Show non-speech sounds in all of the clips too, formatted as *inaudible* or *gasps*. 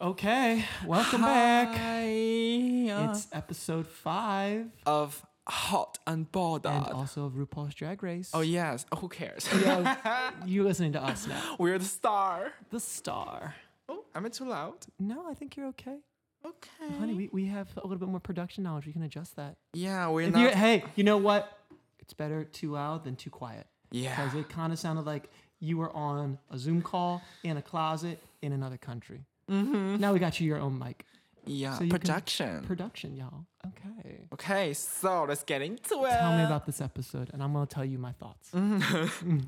Okay, welcome back. It's It's episode five, of hot and bothered. and also of RuPaul's Drag Race. oh yes. Oh, who cares? *laughs* yeah, you listening to us now? We're the star. The star. Oh, am I too loud? No, I think you're okay, Okay. honey. We, we have a little bit more production knowledge. We can adjust that. Yeah, we're If not. you, hey, you know what? It's better too loud than too quiet. yeah. Because it kind of sounded like you were on a Zoom call in a closet in another country. Mm-hmm. Now we got you your own mic. Yeah. you can- production. Production, y'all. Okay. okay, so let's get into it. Tell me about this episode, and I'm going to tell you my thoughts.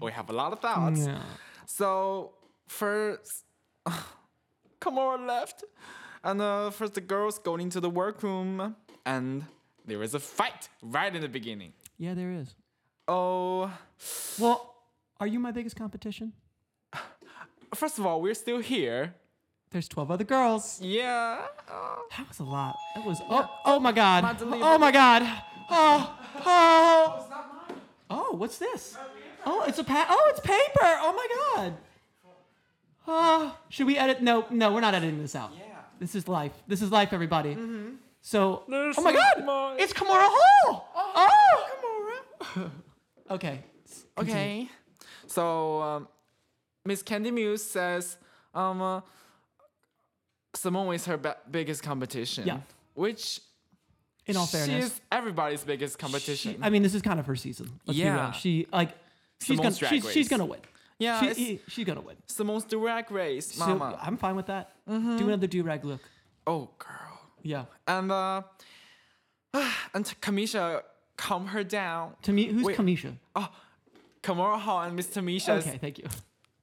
we have a lot of Mm. thoughts. Yeah. So first, *laughs* Kamora left, and uh, first the girls go into the workroom, and there is a fight right in the beginning. yeah, there is. Oh, Well, are you my biggest competition? first of all, we're still here. There's 12 other girls. Yeah. Oh. That was a lot. That was, oh, oh my God. Madeleine. Oh my God. Oh, oh. Oh, what's this? Oh, it's a pa- oh, it's paper. Oh my god. Oh, should we edit? No, no, we're not editing this out. Yeah. Mm-hmm. This is life. This is life, everybody. So, This oh my is god, mine. it's Kamora Hall. Oh, Kamora. okay. *laughs* Okay. So um, Miss Candy Muse says, um, uh, Simone is her ba- biggest competition. Yeah. Which In all fairness, she's everybody's biggest competition. She- uh, I mean, this is kind of her season. Let's be Yeah. real. She like she's Simone's gonna Drag she's, she's Race. gonna win. Yeah, she, it's- he- she's gonna win. Simone's drag race, So mama. Mm-hmm. I'm fine with that. Do another do rag look. oh, girl. Yeah. And uh, *sighs* and Kamisha calm her down. To me, who's Wait. Kamisha? Kamora Hall and Miss Tamisha's Okay, thank you.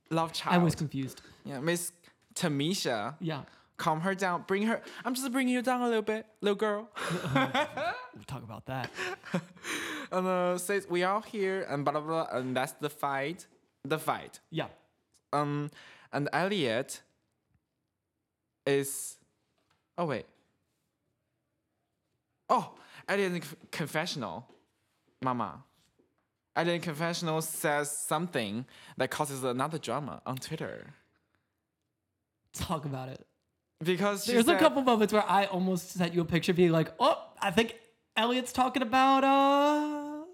love child. I was confused. yeah, Miss Tamisha, Yeah. calm her down. Bring her. I'm just bringing you down a little bit, little girl. *laughs* We'll talk about that. and uh, says we are here and blah blah blah. And that's the fight. The fight. Yeah. Um, and Elliot is. Oh wait. Oh, Elliot in conf- confessional, Mama. Elliot in confessional says something that causes another drama on Twitter Talk about it. because she There's a said- couple moments where I almost sent you a picture being like, oh, I think Elliot's talking about uh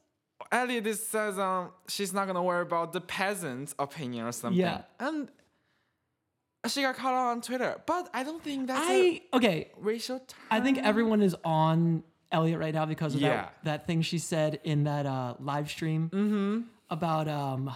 Elliot is- says um she's not gonna worry about the peasant's opinion or something. Yeah. and she got caught out on Twitter, but I don't think that's a I okay. racial. T- I think everyone is on Elliot right now because of Yeah. that, that thing she said in that uh, live stream Mm-hmm. about um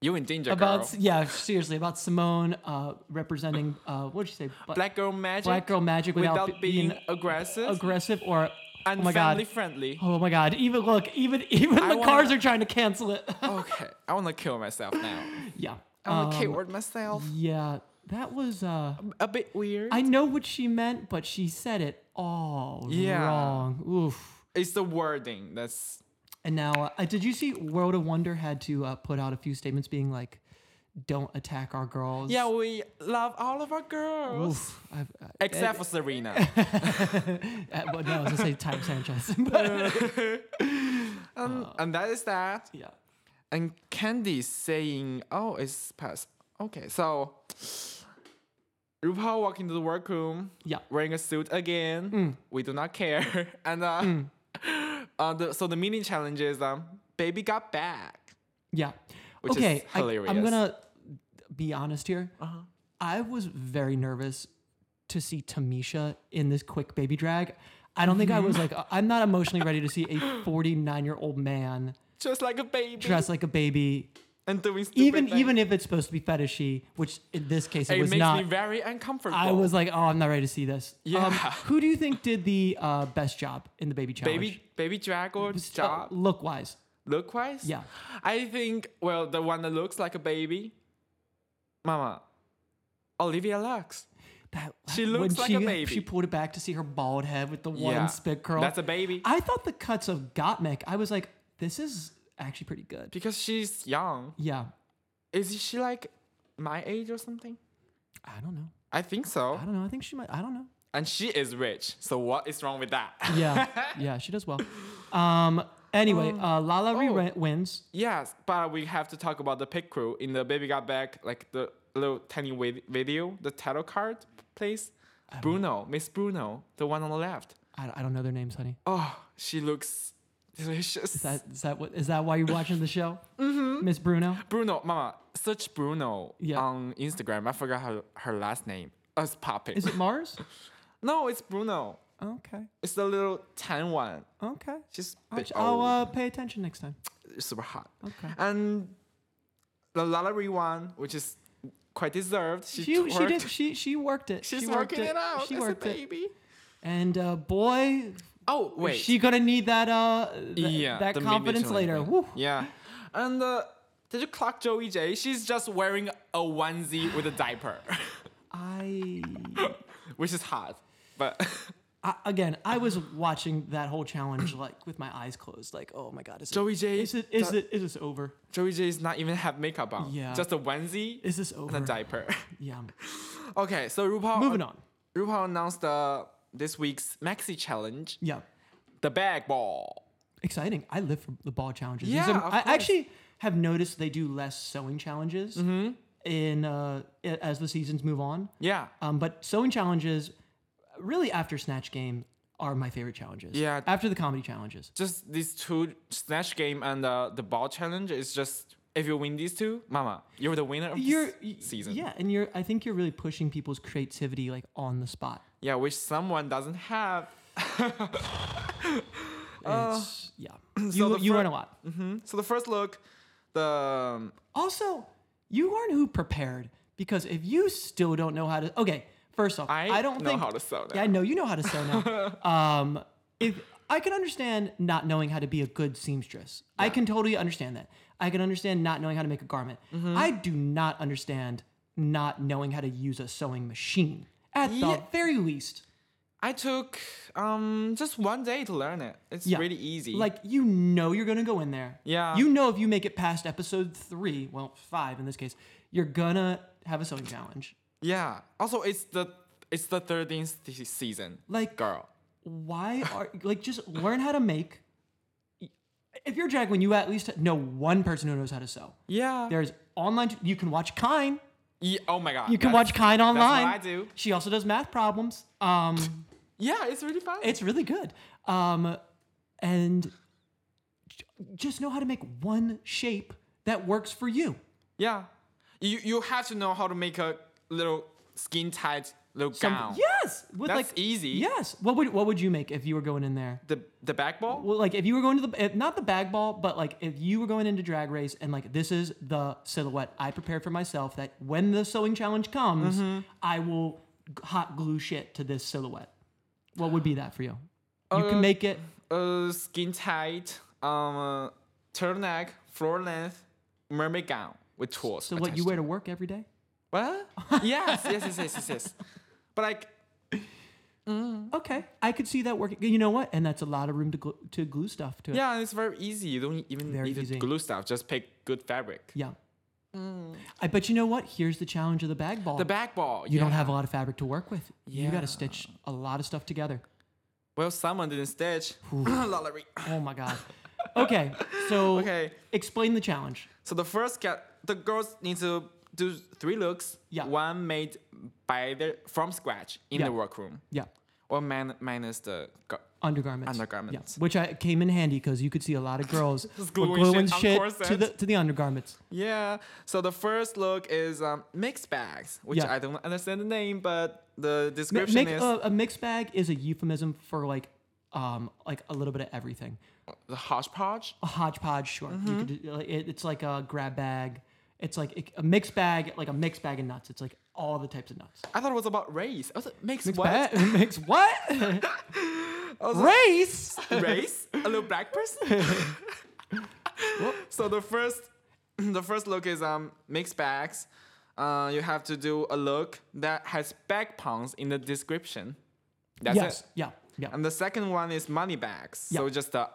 you in danger, about girl. yeah seriously about Simone uh, representing uh, what did she say But- Black girl magic. Black girl magic without, without be- being aggressive aggressive or and oh my family god *laughs* friendly. oh my god even look even *laughs* even the wanna- cars are trying to cancel it *laughs* Okay, I want to kill myself now. yeah I want Um, to keyword myself. yeah that was uh A bit weird. I know what she meant but she said it all Yeah. wrong oof. it's the wording that's And now, uh, did you see World of Wonder had to uh, put out a few statements being like, "Don't attack our girls." yeah. We love all of our girls Oof. I've, uh, except for *laughs* Serena. uh, well, no, I was gonna say Time Sanchez. *laughs* but, um, and that is that. yeah. And Candy saying, "Oh, it's past." Okay, so RuPaul walk into the workroom. Yeah. wearing a suit again. Mm. We do not care. *laughs* And uh, uh, the, so the mini challenge is um, baby got back. Yeah. Which is okay. I, I'm hilarious. Uh-huh. gonna be honest here. I was very nervous to see Tamisha in this quick baby drag. I don't think I was Mm-hmm. like I'm not emotionally ready to see *laughs* a 49 year old man just like a baby dressed like a baby, and doing stupid even things. even if it's supposed to be fetishy, which in this case it, it was makes not. me very uncomfortable. I was like, oh, I'm not ready to see this. Um, Yeah. who do you think did the uh, best job in the baby Uh, challenge? baby baby drag or job look wise. look wise. Yeah. I think well the one that looks like a baby, Mama, Olivia Lux. That, She looks when like she, a baby. She pulled it back to see her bald head with the one Yeah. spit curl. That's a baby. I thought the cuts of Gottmik. I was like, this is actually pretty good. Because she's young. Yeah, Is she like my age or something? I don't know. I think so. I don't know. I think she might. I don't know. And she is rich. So what is wrong with that? *laughs* Yeah, yeah, she does well. Um. Anyway, uh, Lala Ree oh. wi- wins. Yes, but we have to talk about the pit crew in the Baby Got Back, like the little tiny wi- video, the title card place. Bruno, Miss Bruno, the one on the left. I, I don't know their names, honey. Oh, she looks delicious. Is that is that what is that why you're watching the *laughs* show? mm-hmm. Miss Bruno. Bruno, Mama, search Bruno Yeah. on Instagram. I forgot her, her last name. It's popping. Is it Mars? no, it's Bruno. okay. It's the little tan one. Okay. She's I'll, big, ch- I'll, old, uh, pay attention next time. super hot. Okay. And the Lalari one, which is quite deserved. She, She she, twerked. did she she worked *laughs* it. She's she worked working it, out. She as worked a it. baby. And uh, boy, Oh wait. she gonna need that uh th- that the confidence miniature later. one. Woo. Yeah. And uh, did you clock Joey J? She's just wearing a onesie with a diaper, *laughs* I, which is hot. But I again, I was watching that whole challenge like with my eyes closed, like oh my god, is it, Joey J is it is it is this over? *laughs* Joey J is not even have makeup on. Yeah. Just a onesie Is this and a over? diaper. *laughs* *laughs* Yeah. okay, so RuPaul Moving on. RuPaul announced uh, this week's maxi challenge, Yeah. the bag ball. Exciting. I live for the ball challenges. Yeah, These are, of I course. actually have noticed they do less sewing challenges Mm-hmm. in uh, a- as the seasons move on. Yeah. Um, but sewing challenges, really after Snatch Game, are my favorite challenges. Yeah. After the comedy challenges. Just these two snatch game and uh, the ball challenge is just if you win these two, mama, you're the winner of You're y- this season. Yeah, and you're I think you're really pushing people's creativity like on the spot. Yeah, which someone doesn't have. It's *clears throat* yeah. You Uh, the you fir- learn a lot. Mhm. So the first look, the um, Also, you aren't who prepared because if you still don't know how to okay, first off, I I, don't know think how to sew now. Yeah, I know you know how to sew *laughs* now. um, if I can understand not knowing how to be a good seamstress, I can totally understand that. I can understand not knowing how to make a garment. Mm-hmm. I do not understand not knowing how to use a sewing machine at Yeah. the very least. I took um just one day to learn it. It's Yeah. really easy. Like you know you're gonna go in there. Yeah. You know if you make it past episode three, well five in this case, you're gonna have a sewing challenge. yeah. Also, it's the it's the thirteenth season. Like Girl, why are *laughs* like just learn how to make if you're a drag queen you at least know one person who knows how to sew yeah. there's online you can watch kine Ye- oh my god. you can that's- watch kine what online I do. she also does math problems um Yeah, it's really fun. it's really good um and j- just know how to make one shape that works for you yeah. You you have to know how to make a little skin tight little Some- gown. yes with That's like easy. yes what would what would you make if you were going in there The the back ball. Well, like if you were going to the if, not the bag ball, but like if you were going into drag race and like this is the silhouette I prepared for myself that when the sewing challenge comes, Mm-hmm. I will g- hot glue shit to this silhouette. What would be that for you? You Uh, can make it. Uh, skin tight. Um, uh, turtleneck, floor length, mermaid gown with tools. So what attached you wear to work every day? What? yes, yes, yes, yes, yes, yes. But like, Okay, I could see that working. You know what? And that's a lot of room to glue, to glue stuff to it. yeah, it's very easy. You don't even Very need to easy. glue stuff. Just pick good fabric. Yeah. I but you know what? Here's the challenge of the bag ball. Mm. The back ball. you don't yeah. have a lot of fabric to work with. You got Yeah. to stitch a lot of stuff together. Well, someone didn't stitch. *coughs* Lottery. Oh my god. *laughs* Okay, so Okay. explain the challenge. So the first cat, the girls need to do three looks. Yeah. One made by the from scratch in Yeah. the workroom, Yeah, or man, minus the. Go- undergarments. Undergarments. Yeah. Which I came in handy because you could see a lot of *laughs* girls were gluing gluing, shit on shit, to corsets. the to the undergarments. yeah. So the first look is um, mixed bags, which Yeah. I don't understand the name, but the Ma- description Make is a, a mixed bag is a euphemism for like, um, like a little bit of everything. the hodgepodge. A hodgepodge, sure. Mm-hmm. You could, do- like, it, it's like a grab bag. It's like it- a mixed bag, like a mixed bag of nuts. It's like all the types of nuts. I thought it was about race. I was like, mixed, Mixed what? bag- *laughs* mixed what? *laughs* Race. race, a little black person. *laughs* so the first, the first look is um mixed bags. Uh, you have to do a look that has bag pounds in the description. That's yes. it. Yeah. Yeah. And the second one is money bags. So Yeah. just a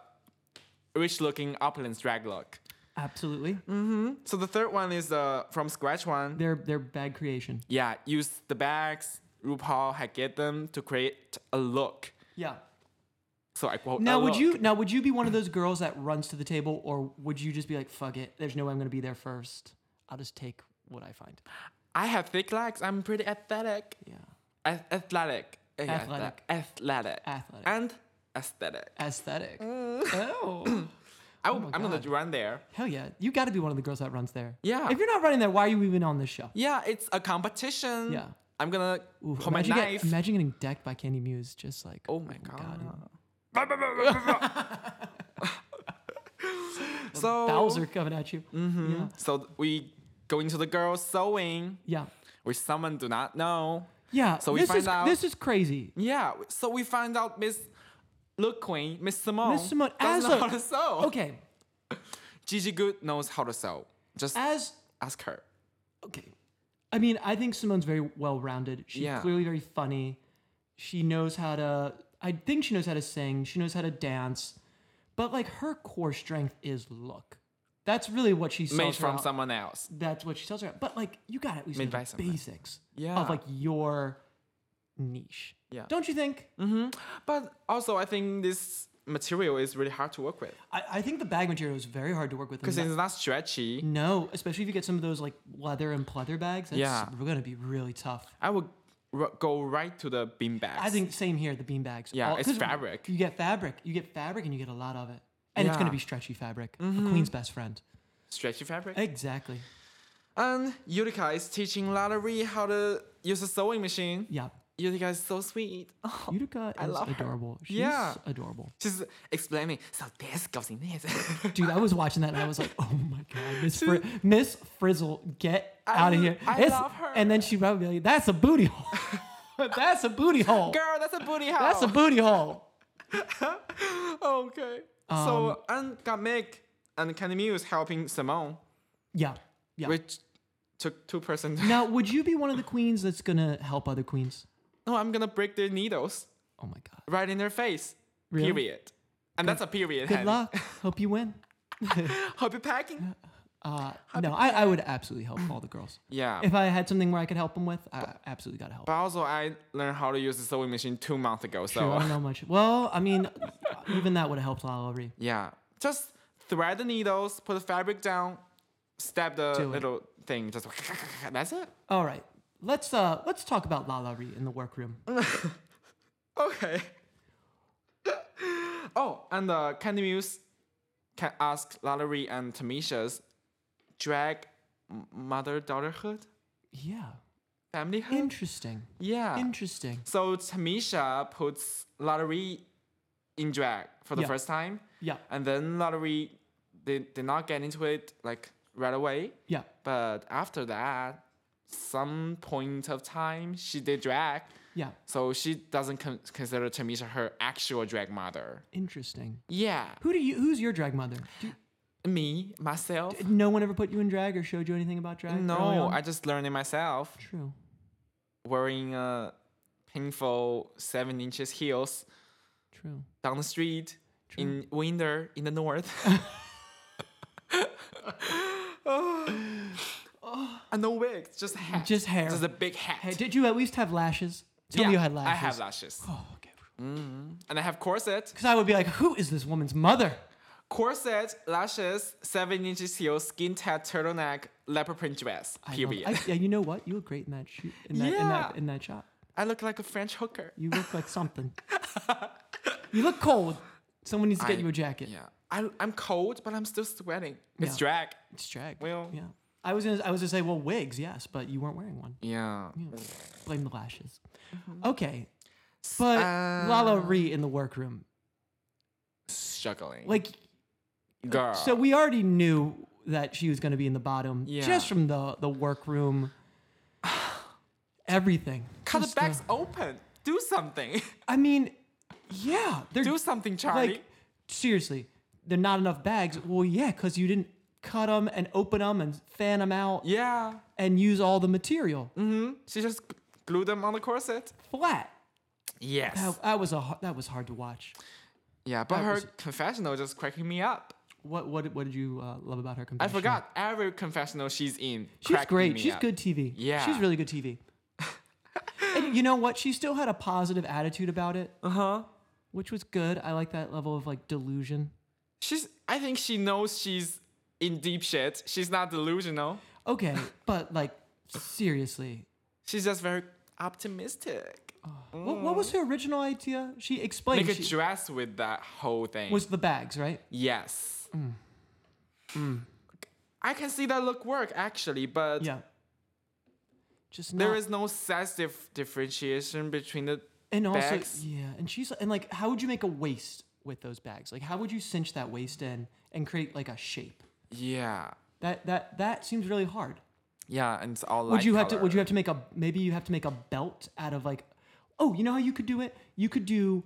rich looking opulence drag look. Absolutely. Mm. So the third one is the from scratch one. They're they're bag creation. Yeah, use the bags. RuPaul had get them to create a look. Yeah. So I quote. Now a would Uh, look. you now would you be one of those girls that runs to the table or would you just be like fuck it there's no way I'm going to be there first I'll just take what I find I have thick legs. I'm pretty aesthetic. Yeah. Ath- athletic. Yeah, Athletic. Athletic. Athletic. And aesthetic. Aesthetic. Mm. *coughs* I Oh. w- my I'm going God. to run there. Hell yeah. You got to be one of the girls that runs there. Yeah. If you're not running there, why are you even on this show? Yeah, it's a competition. Yeah. I'm going to Ooh, put my imagine, get- Mm. knife. imagine getting decked by Candy Muse, just like. oh my God. God. Bah, bah, bah, bah, bah, bah. so, Mm. Bowser coming at you. Yeah. Mm-hmm. so we go into the girls sewing, Yeah. which someone do not know. Yeah. So we this find is, out- This is crazy. Yeah, so we find out Miss Look Queen, Miss Simone, Miss Simone, doesn't as know a- Oh, how to sew. Okay. Gigi Good knows how to sew. Just As. ask her. Okay. I mean, I think Simone's very well rounded. She's Yeah. clearly very funny. She knows how to. I think she knows how to sing. She knows how to dance. But like her core strength is look. That's really what she sells Made her from out. someone else. that's what she tells her. But like, you got to at least Made know by the someone. basics Yeah. of like your niche. Yeah. Don't you think? But also, I think this material is really hard to work with I, I think the bag material is very hard to work with. because and it's not stretchy. no, especially if you get some of those like leather and pleather bags. That's Yeah. going to be really tough. I would r- go right to the beanbags. I think same here, the bean bags. Yeah, it's 'cause fabric. You get fabric. You get fabric and you get a lot of it. And it's Yeah. going Mm-hmm. to be stretchy fabric. The queen's best friend. stretchy fabric. Exactly. And Utica is teaching Lallery how to use a sewing machine. Yeah. Utica is so *laughs* sweet. Oh. Utica is I love her. adorable. She's Yeah. adorable. She's explaining. So this goes in *laughs* this. Dude, I was watching that and I was like, oh my god, Miss Fri- Miss Frizzle, get out of here. I love her. And then she probably be like, that's a booty hole. *laughs* that's a booty hole. Girl, that's a booty hole. that's a booty hole. *laughs* okay. so Um, and got Mick and Candy Muse helping Simone, Yeah. Yeah. which took two person. now, would you be one of the queens that's gonna help other queens? *laughs* no, I'm gonna break their needles Oh my god. right in their face. Really? Period. And that's a period. Good honey. luck. Hope you win. *laughs* Hope you're *laughs* packing. Uh, no, I, I would absolutely help all the girls. *clears throat* Yeah. If I had something where I could help them with, I absolutely gotta help. but also, I learned how to use the sewing machine two months ago. True, I So uh, don't know much. Well, I mean, even that would have helped Lala Ree. *laughs* yeah, just thread the needles, put the fabric down, stab the Do it. little thing. Just *laughs* that's it. All right, let's uh let's talk about Lala Ree in the workroom. Okay. *laughs* oh, and uh, Candy Muse can ask Lallery and Tamisha's drag mother daughterhood Yeah, familyhood. interesting. Yeah. Interesting. so Tamisha puts Lallery in drag for the Yeah. first time, Yeah, and then Lallery did did not get into it like right away, yeah, but after that, some point of time she did drag. yeah. So she doesn't con- consider Tamisha her actual drag mother. Interesting. Yeah. Who do you? Who's your drag mother? Do, Me, myself. no one ever put you in drag or showed you anything about drag? early No, on? I just learned it myself. True. Wearing uh, painful seven inches heels True. down the street in winter in the north. *laughs* Oh, and no wig, just hair. Just hair. Just a big hat. Hey, did you at least have lashes? Tell me you had lashes. I have lashes. Oh, okay. And I have corset. Because I would be like, who is this woman's mother? Corset, lashes, seven inches heels, skin tight turtleneck, leopard print dress. I love- Period. I, yeah, you know what? You look great in that shoot. In that, in that Yeah. in that shot. I look like a French hooker. You look like something. you look cold. Someone needs to get I- you a jacket. Yeah. I, I'm cold, but I'm still sweating. It's Yeah. drag. It's drag. Well- yeah. I was gonna, I was gonna say, well, wigs, yes, but you weren't wearing one. Yeah. Blame the lashes. Mm-hmm. Okay, but Um, Lala Ree in the workroom, Struggling. like, girl. so we already knew that she was gonna be in the bottom, Yeah. just from the the *sighs* workroom. Everything. cut the Just, uh, backs open. Do something. *laughs* I mean, yeah, they're Do something, Charlie. like seriously, they're not enough bags. Well, yeah, because you didn't cut them and open them and fan them out yeah. Mm-hmm. and use all the material Mm. She just g- glued them on the corset. flat. Yes. That, that was a har- that was hard to watch. yeah, but her was- confessional just cracking me up. What what what did you uh, love about her? I Confession? forgot every confessional she's in. She's cracked great. me She's up. good TV. Yeah. she's really good *laughs* TV. and you know what? She still had a positive attitude about it, Uh huh. which was good. I like that level of like delusion. She's. I *laughs* think she knows she's in deep shit. She's not delusional. Okay, but like Seriously. She's just very optimistic. What, what was her original idea? She explained Mm. Make a she- dress with that whole thing. was Mm. the bags, right? yes. I can see that look work actually, but Mm. Yeah. Just there not- is no size dif- differentiation between the and also bags. yeah, and she's and like how would you make a waist with those bags? Like how would you cinch that waist in and create like a shape? Yeah. That that that seems really hard. Yeah, and it's all Would you have to would you have to make a maybe you have to make a belt out of like oh, you know how you could do it? You could do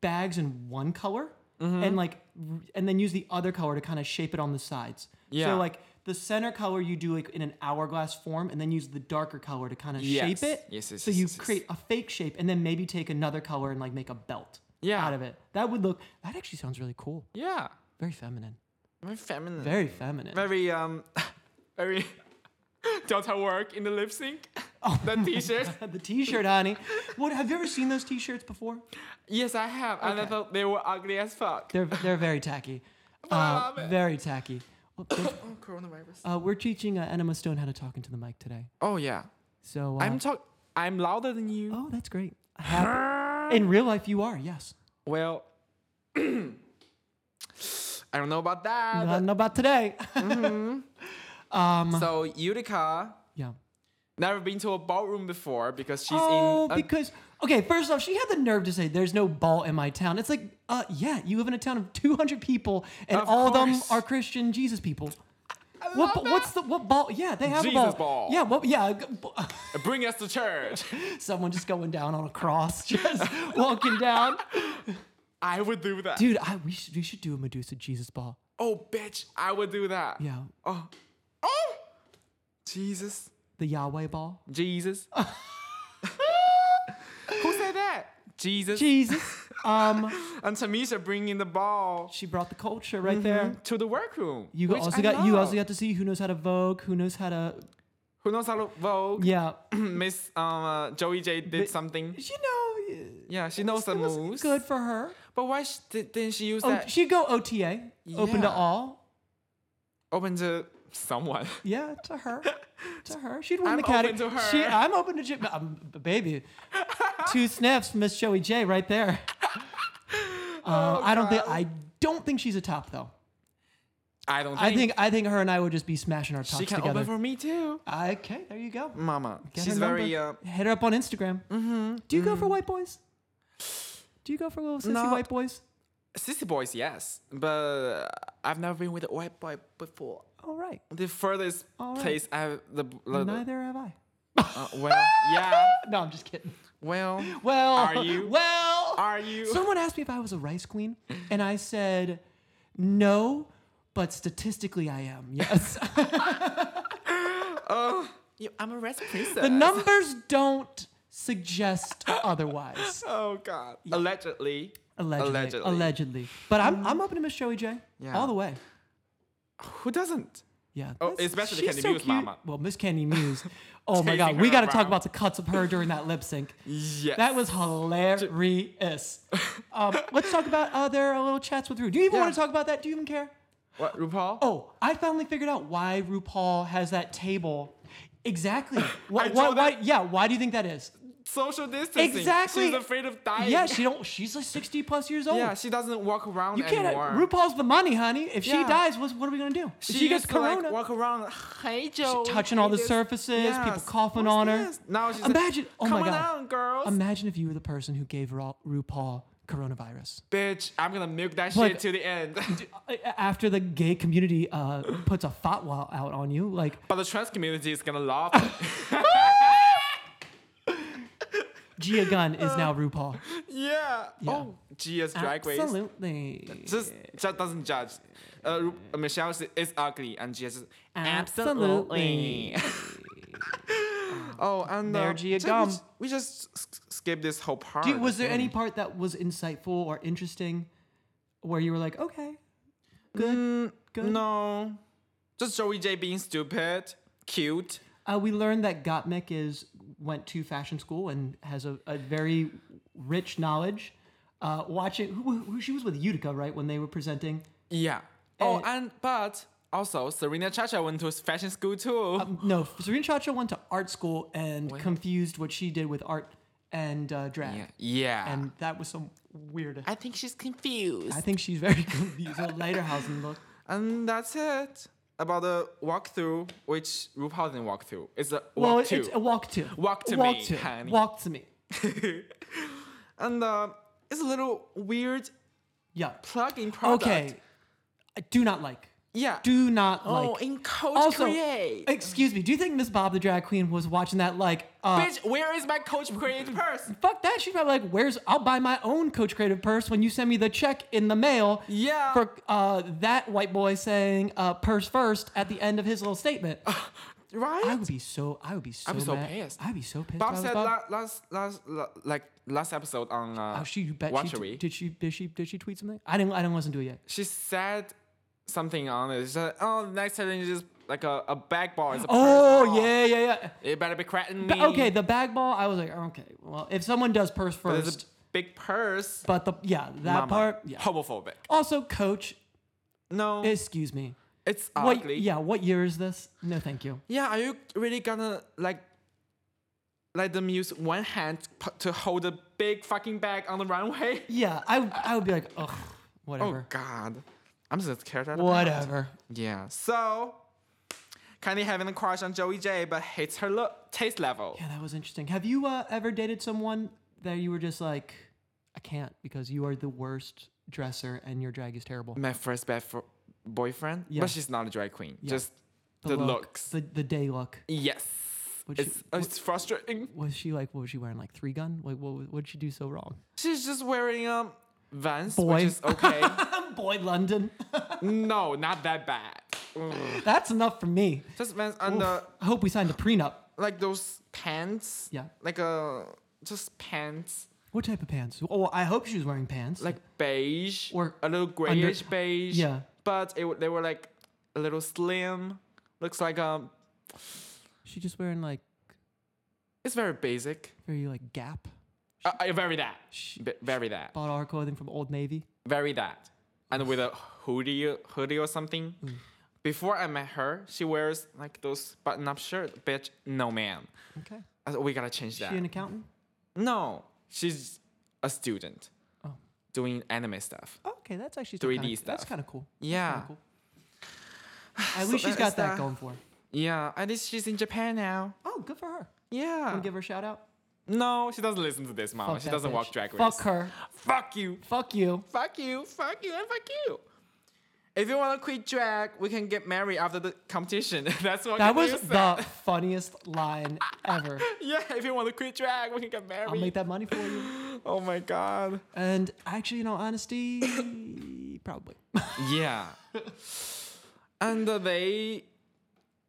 bags in one color Mm-hmm. and like r- and then use the other color to kind of shape it on the sides. Yeah. So like the center color you do like in an hourglass form and then use the darker color to kind of Yes. shape it. Yes, yes, so yes, you yes, yes. create a fake shape and then maybe take another color and like make a belt Yeah. out of it. That would look that actually sounds really cool. Yeah. Very feminine. Very feminine. Very feminine. very um *laughs* very *laughs* Delta work in the lip *laughs* sync. Oh that t-shirt. *laughs* the t-shirt, honey. What have you ever seen those t-shirts before? Yes, I have. And I Okay. thought they were ugly as fuck. They're they're very tacky. Uh, *laughs* love it. very tacky. Well, there's- Oh, coronavirus. uh, we're teaching uh, Enema Stone how to talk into the mic today. Oh yeah. So uh, I'm talk I'm louder than you. oh, that's *laughs* great. Happy- In real life, you are yes. Well *clears throat* I don't know about that. Uh, Not *laughs* about today. so Utica yeah. never been to a ballroom before because she's Oh, in a- because okay. First off, she had the nerve to say, "There's no ball in my town." It's like, uh, yeah, you live in a town of 200 people, and Of all of them course. are Christian Jesus people. What, love ba- what's the what ball? Yeah, they have Jesus a ball. ball. Yeah, what? Yeah, g- b- *laughs* *laughs* bring us to church. someone just going down on a cross, *laughs* *laughs* just walking down. I would do that. Dude, I we should we should do a Medusa Jesus ball. Oh bitch, I would do that. Yeah. Oh. Oh Jesus. The Yahweh *laughs* ball. Jesus. Who said that? Jesus. Jesus. um and Tamisha bringing the ball she brought the culture right there. to the workroom. You Mm-hmm. which also I got you love. also got to see who knows how to vogue, who knows how to Who knows how to Vogue? Yeah. *clears throat* Miss um, uh, Joey J did But- something. you know it Yeah, she knows the was moves. good for her. But why sh- did, didn't she use Oh, that? she'd go OTA, open to Yeah. all. Open to someone. *laughs* Yeah, to her. to her. She'd win I'm the category. open to She, her. I'm open to Jim. I'm, b- baby. Two sniffs, Miss Joey J right *laughs* there. Uh, I don't think Oh, I don't think she's a top though. I don't. Think. I think I think her and I would just be smashing our tops she can together. open for me too, Uh, okay, there you go. Mama. Get She's her number. very. Uh, Hit her up on Instagram. Mm-hmm. Do you go for white boys? Do you go for little sissy No. white boys? sissy boys, yes, but I've never been with a white boy before. All right. The furthest All right. place I've the, the Neither have I. uh, well yeah *laughs* No, I'm just kidding. well Well, Are you? Well, Are you? Someone asked me if I was a rice queen, and I said, no, but statistically I am. *laughs* Yes. *laughs* you, I'm a rest princess. the numbers don't suggest otherwise. oh god. Allegedly. Allegedly. Allegedly. Allegedly. But I'm, I'm open to Miss Joey J. Yeah. All the way. Who doesn't? Yeah. Oh, that's- especially she's Candy Muse, cute. mama. Well, Miss *laughs* Candy Muse. Oh my Taking God. We her got to talk around. about the cuts of her during that lip sync. Yes. That was hilarious. um, let's talk about uh, their little chats with Ru. Do you even Yeah. want to talk about that? Do you even care? what RuPaul. Oh, I finally figured out why RuPaul has that table. *laughs* Exactly. Why? I why, saw why yeah. Why do you think that is? Social distancing. Exactly. She's afraid of dying. Yeah, she don't. She's like sixty plus years *laughs* old. yeah. She doesn't walk around you can't. uh, anymore. RuPaul's the money, honey. If she Yeah. dies, what, what are we gonna do? If she gets used to, like, corona. walk around. Hey Joe. touching all the surfaces, people coughing on her. Now she's Imagine- Like, oh my Come on God. down, girls. Imagine if you were the person who gave Ra- RuPaul coronavirus. Bitch, I'm gonna milk that Like- shit to the end. *laughs* A- a- After the gay community uh, puts a fatwa out on you, like but the trans community is gonna *laughs* love. it. Gia Gunn is now RuPaul. yeah. Oh, Gia's Uh, drag race. Absolutely. just just doesn't judge. Uh, Ru- uh, Michelle is, is ugly and she just Absolutely. Oh, and There, uh, Gia just- Gum. We just s- s- skip this whole part. Mm, Do you- was there any part that was insightful or interesting where you were like, okay, good, good? No, just Joey J being stupid, cute. Uh, we learned that Gottmik is went to fashion school and has a, a very rich knowledge. Uh, watching who, who she was with Utica, right? When they were presenting, Yeah. Oh, Uh, and but Also, Serena Chacha went to fashion school too. Um, no, Serena Chacha went to art school and Wait. confused what she did with art and uh, drag. yeah. yeah. And that was some weird. I think she's confused. I think she's very *laughs* confused. Her Lederhausen look. and that's it about the walkthrough, which RuPaul didn't walk through. It's a walk Well, to. it's a walk to. Walk to walk me, To. honey. Walk to me. and uh, it's a little weird Yeah. plug-in product. Okay. I do not like. Yeah. Do not oh, like. in Coach Also, Create. excuse me. Do you think Miss Bob the drag queen was watching that like? Uh, Bitch, where is my Coach Create purse? Fuck that. She's probably like, "Where's? I'll buy my own Coach Creative purse when you send me the check in the mail." Yeah. For uh, that white boy saying uh, "purse first at the end of his little *laughs* statement, Right? *laughs* I would be so. I would be so. be so mad. pissed. I'd be so pissed. Bob if I was said Bob. la- last, last, la- like last episode on uh, Oh, she you bet she Watchery. t- did she did she did she tweet something? I didn't I didn't listen to it yet. she said something on it. She said, "Oh, the next challenge is like a, a bag ball. It's a purse Oh ball. yeah yeah yeah. It better be cracking But, me. okay, the bag ball. I was like, okay, well, if someone does purse There's a first, big purse. but the yeah that Mama. part. Yeah. Homophobic. Also, coach, No, it's, excuse me. What, ugly. yeah, what year is this? No, thank you. Yeah, are you really gonna like let them use one hand p- to hold a big fucking bag on the runway? *laughs* Yeah, I I would be like, ugh, whatever, Oh God, I'm so scared. Out of hand. whatever. Yeah. So, kind of having a crush on Joey J, but hates her look, taste level. Yeah, that was interesting. Have you uh, ever dated someone that you were just like, I can't because you are the worst dresser and your drag is terrible. My first bad fo- boyfriend, Yeah. but she's not a drag queen. Yeah. Just the, look, looks. the the day look. yes. Would It's, you- it's frustrating. Was she like? What was she wearing? Like three gun? Like what? was- What did she do so wrong? She's just wearing um Vans, Boy. which is *laughs* okay. Boy, London. no, not that bad. Ugh. That's enough for me. Just Vans and uh, I hope we signed a prenup. like those pants. Yeah. Like uh, just pants, What type of pants? Oh, I hope she was wearing pants. like beige Or a little grayish beige. Yeah. But it, w- they were like a little slim. Looks like um, she just wearing like it's very basic. very like Gap. Uh, uh, very that. She B- very that. bought our clothing from Old Navy. very that and with a hoodie hoodie or something Mm. before i met her she wears like those button-up shirt bitch no man Okay. I said, we gotta change Is that she an accountant? no she's a student Oh. doing anime stuff Oh, okay, that's actually still 3D kinda- That's stuff. kind of cool. yeah *sighs* Kinda cool. At So least she's that is got that the- going for her. yeah at least she's in japan now Oh, good for her. yeah Wanna give her a shout out? no she doesn't listen to this mama Fuck Oh. she that doesn't walk bitch. drag race Fuck her. fuck you Fuck *laughs* you. fuck you fuck you and fuck you if you want to quit drag we can get married after the competition *laughs* that's what That Camille was said. the funniest line ever. *laughs* Yeah, if you want to quit drag, we can get I'll married. make that money for you. oh my god. And actually, in all *coughs* honesty, probably. *laughs* Yeah. and uh, they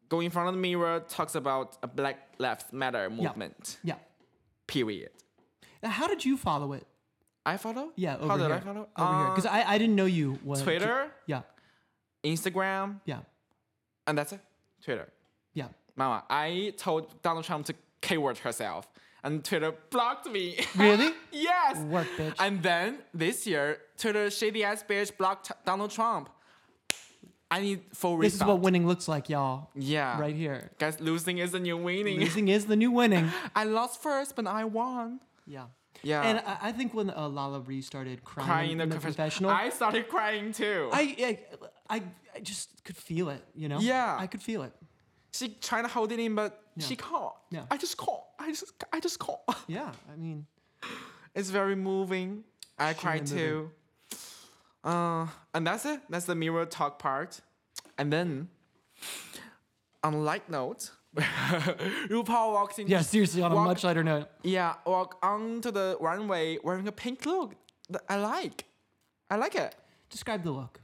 go in front of the mirror, talks about a Black Lives Matter movement. Yeah. Period. Now, how did you follow it? I follow. Yeah, over How did here. I follow? Over here, because Uh, I, I didn't know you. When, Twitter, Yeah, Instagram, yeah, and that's it. Twitter. yeah. Mama, I told Donald Trump to keyword herself, and Twitter blocked me. *laughs* Really? yes. Work, bitch. And then this year, Twitter shady ass bitch blocked Donald Trump. I need full this is refund. what winning looks like, y'all. yeah. Right *laughs* here. Guys, losing is the new winning. Losing is the *laughs* new winning. I lost first, but I won. Yeah. Yeah. And I, I think when uh, Lala Ree started crying, crying in the, the confession- confessional, I, I started crying too. I, I, I just could feel it, you know? Yeah. I could feel it. she trying to hold it in, but Yeah. she can't. Yeah. I just can't. I just I just can't. *laughs* Yeah. I mean, It's very moving. I Extremely cried too. Uh, and that's it. That's the mirror talk part. And then, on a light note, *laughs* RuPaul walks in. yeah, seriously, on a walk- much lighter note. Yeah, walk onto the runway wearing a pink look. that I like. I like it. Describe the look.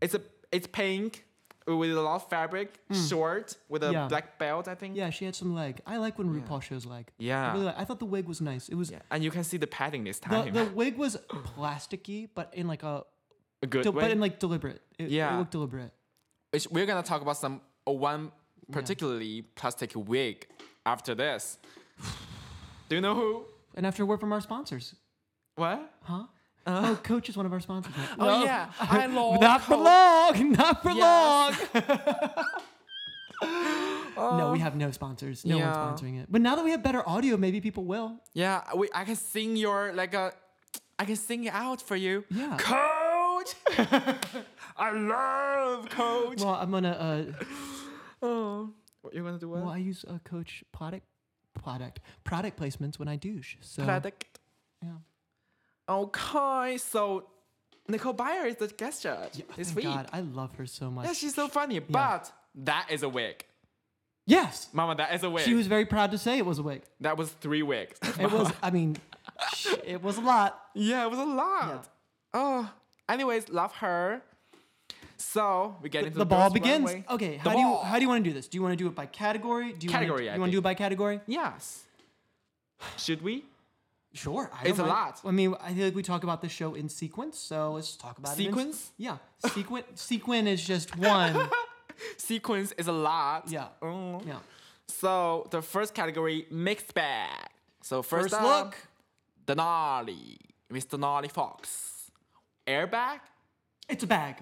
It's a it's pink with a lot of fabric, short with a Mm. Yeah. black belt, I think. Yeah, she had some leg. I like when RuPaul shows leg. Yeah. I, really like, I thought the wig was nice. It was, Yeah, And you can see the padding this the, time. the wig was plasticky, but in like a, a good del- way. but in like deliberate. It, it Yeah. looked deliberate. which we're gonna talk about some uh, one particularly plastic wig after this. *sighs* Do you know who? And after a word from our sponsors, What? huh? oh, Coach is one of our *laughs* sponsors. now. Uh-huh. Oh No. yeah, *laughs* I love Not for long. Not for Yes. *laughs* long. *laughs* no, we have no sponsors. No Yeah. one's sponsoring it. But now that we have better audio, maybe people will. Yeah, we, I can sing your like a, I can sing it out for you. Yeah. *laughs* Coach, I love Coach. Well, I'm gonna. Uh, oh, what you gonna do? What? well, I use uh, Coach product, product, product placements when I douche. So Product. Yeah. Okay, so Nicole Byer is the guest judge. Yeah, this thank week. God, I love her so much. Yeah, she's so funny, but that is a wig. yes, Mama, that is a wig. she was very proud to say it was a wig. that was three wigs. It was. *laughs* I mean, sh- it was a lot. yeah, it was a lot. Oh, anyways, love her. So we get into The ball girls' begins. runway. Okay, The how do you ball. how do you want to do this? Do you want to do it by category? Do you Category, I Wanna, you want to do it by category? Yes. Should we? Sure. I It's don't a mind. lot. I mean, I feel like we talk about this show in sequence, so let's talk about it. in- Sequence? yeah. Sequin sequin is just one. *laughs* Sequence is a lot. Yeah. Mm. Yeah. So the first category, mixed bag. So first, First up, look. Denali, Mr. Denali Fox, airbag. It's a bag.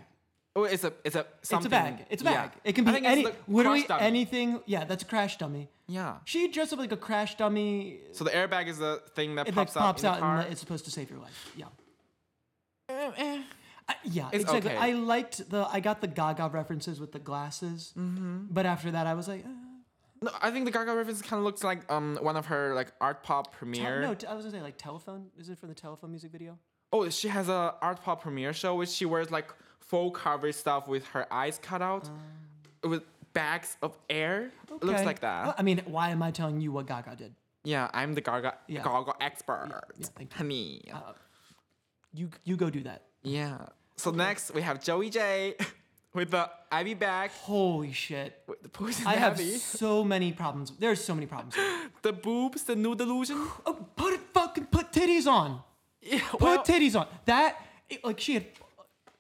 Oh, it's a it's a something. It's a bag. It's a Yeah. bag. It can I be think any it's the literally crush dummy. anything. Yeah, that's a crash dummy. Yeah. She dressed up like a crash dummy. So the airbag is the thing that It pops, like pops out, out, in the car. and it's supposed to save your life. Yeah. Eh, eh. I- yeah, It's exactly. okay. I liked the I got the Gaga references with the glasses, Mm-hmm. but after that I was like, uh, No, I think the Gaga reference kind of looks like um one of her like art pop premiere. no, t- I was gonna say like telephone. Is it from the telephone music video? Oh, she has a art pop premiere show which she wears like full cover stuff with her eyes cut out, with bags of air. It Looks Oh. Okay. like that. Well, I mean, why am I telling you what Gaga did? yeah, I'm the Gaga Yeah. Gaga expert, yeah, thank you. Uh. honey. You you go do that. yeah. So next we have Joey J, *laughs* with the Ivy bag, Holy shit! with the poison I have ivy, so many problems. There's so *gasps* many problems. the boobs, the nude illusion. *gasps* oh, put it fucking put titties on. yeah, Put well, titties on. That it- like she had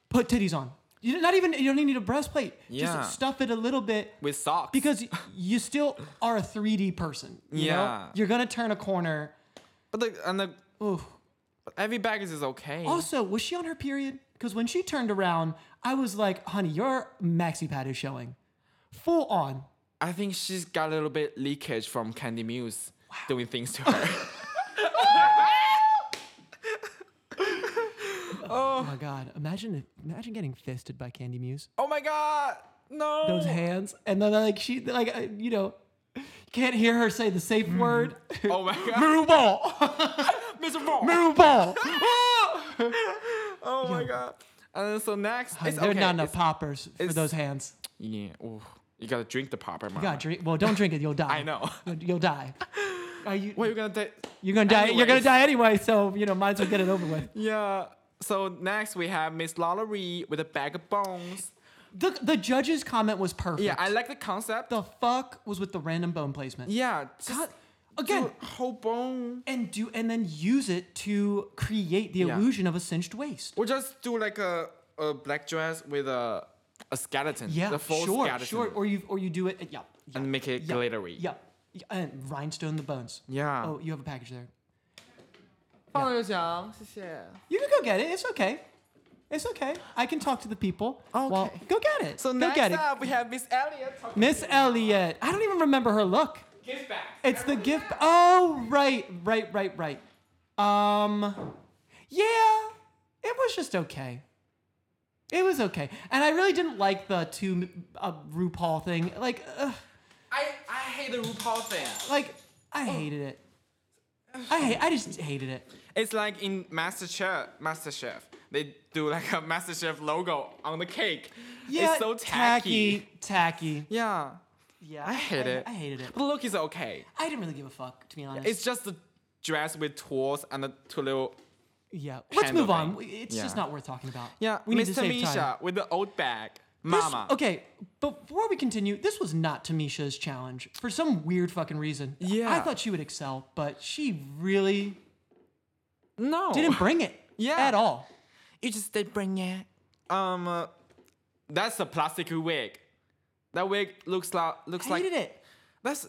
put titties on. You don't- not even you don't even need a breastplate. Yeah. Just stuff it a little bit. with socks. because y- you still are a 3D person. You Know? Yeah. You're gonna turn a corner. but the and the Oof. but Ivy bag is, is okay. Also, was she on her period? Because when she turned around, I was like, honey, your maxi pad is showing. Full on. I think she's got a little bit leakage from Candy Muse doing things to her. *laughs* Oh my god. Imagine if, imagine getting fisted by Candy Muse. oh my god, no. Those hands. And then like she like uh, you know, you can't hear her say the safe *laughs* word. Oh my god, Mirror ball. Mr. Ball. Mirror *laughs* ball. *laughs* oh my god. And then so next, Honey, it's there are okay. not enough it's- poppers for it's- those hands. yeah, ooh, you gotta drink the popper, mom. God, drink. Well, don't drink it. You'll *laughs* die. I know. You'll, *laughs* you'll die. Are you? What are you gonna take? You're gonna die. You're gonna Anyways. die anyway, so you know, might as well get it over with. Yeah. So next we have Miss Lollery with a bag of bones. *laughs* The the judge's comment was perfect. Yeah, I like the concept. the fuck was with the random bone placement. yeah, just God, do again, a whole bone. and do and then use it to create the Yeah. illusion of a cinched waist. Or just do like a, a black dress with a a skeleton. Yeah, the full sure, skeleton. sure. Or you or you do it. Yeah, yeah and make it yeah, glittery. Yeah, yeah, and rhinestone the bones. Yeah. Oh, you have a package there. 放刘翔，谢谢。 You can go get it. It's okay. It's okay. I can talk to the people. Well, Okay. go get it. So go next get it. up, we have Miss Elliot. talking Miss Elliot. I don't even remember her look. Give back. It's the gift. Oh, right, right, right, right. Um, yeah, it was just okay. It was okay, and I really didn't like the two uh, RuPaul thing. Like, ugh, I I hate the RuPaul thing. like I hated it. I hate, I just hated it. Oh. It's like in MasterChef. MasterChef. They do like a MasterChef logo on the cake. Yeah, it's so tacky. tacky. tacky. Yeah. Yeah, I hate it. I hated it. But the look is okay. I didn't really give a fuck, to be honest. It's just the dress with tools and the two little. yeah, let's move on. handle It's Yeah. just not worth talking about. Yeah, we need to Miss save time. Tamisha with the old bag. This- Mama. okay, before we continue, this was not Tamisha's challenge for some weird fucking reason. Yeah. I thought she would excel, but she really No. didn't bring it. *sighs* Yeah. At all. You just did bring it. Um, uh, that's a plastic wig. That wig looks like looks like Hated *laughs* it. that's.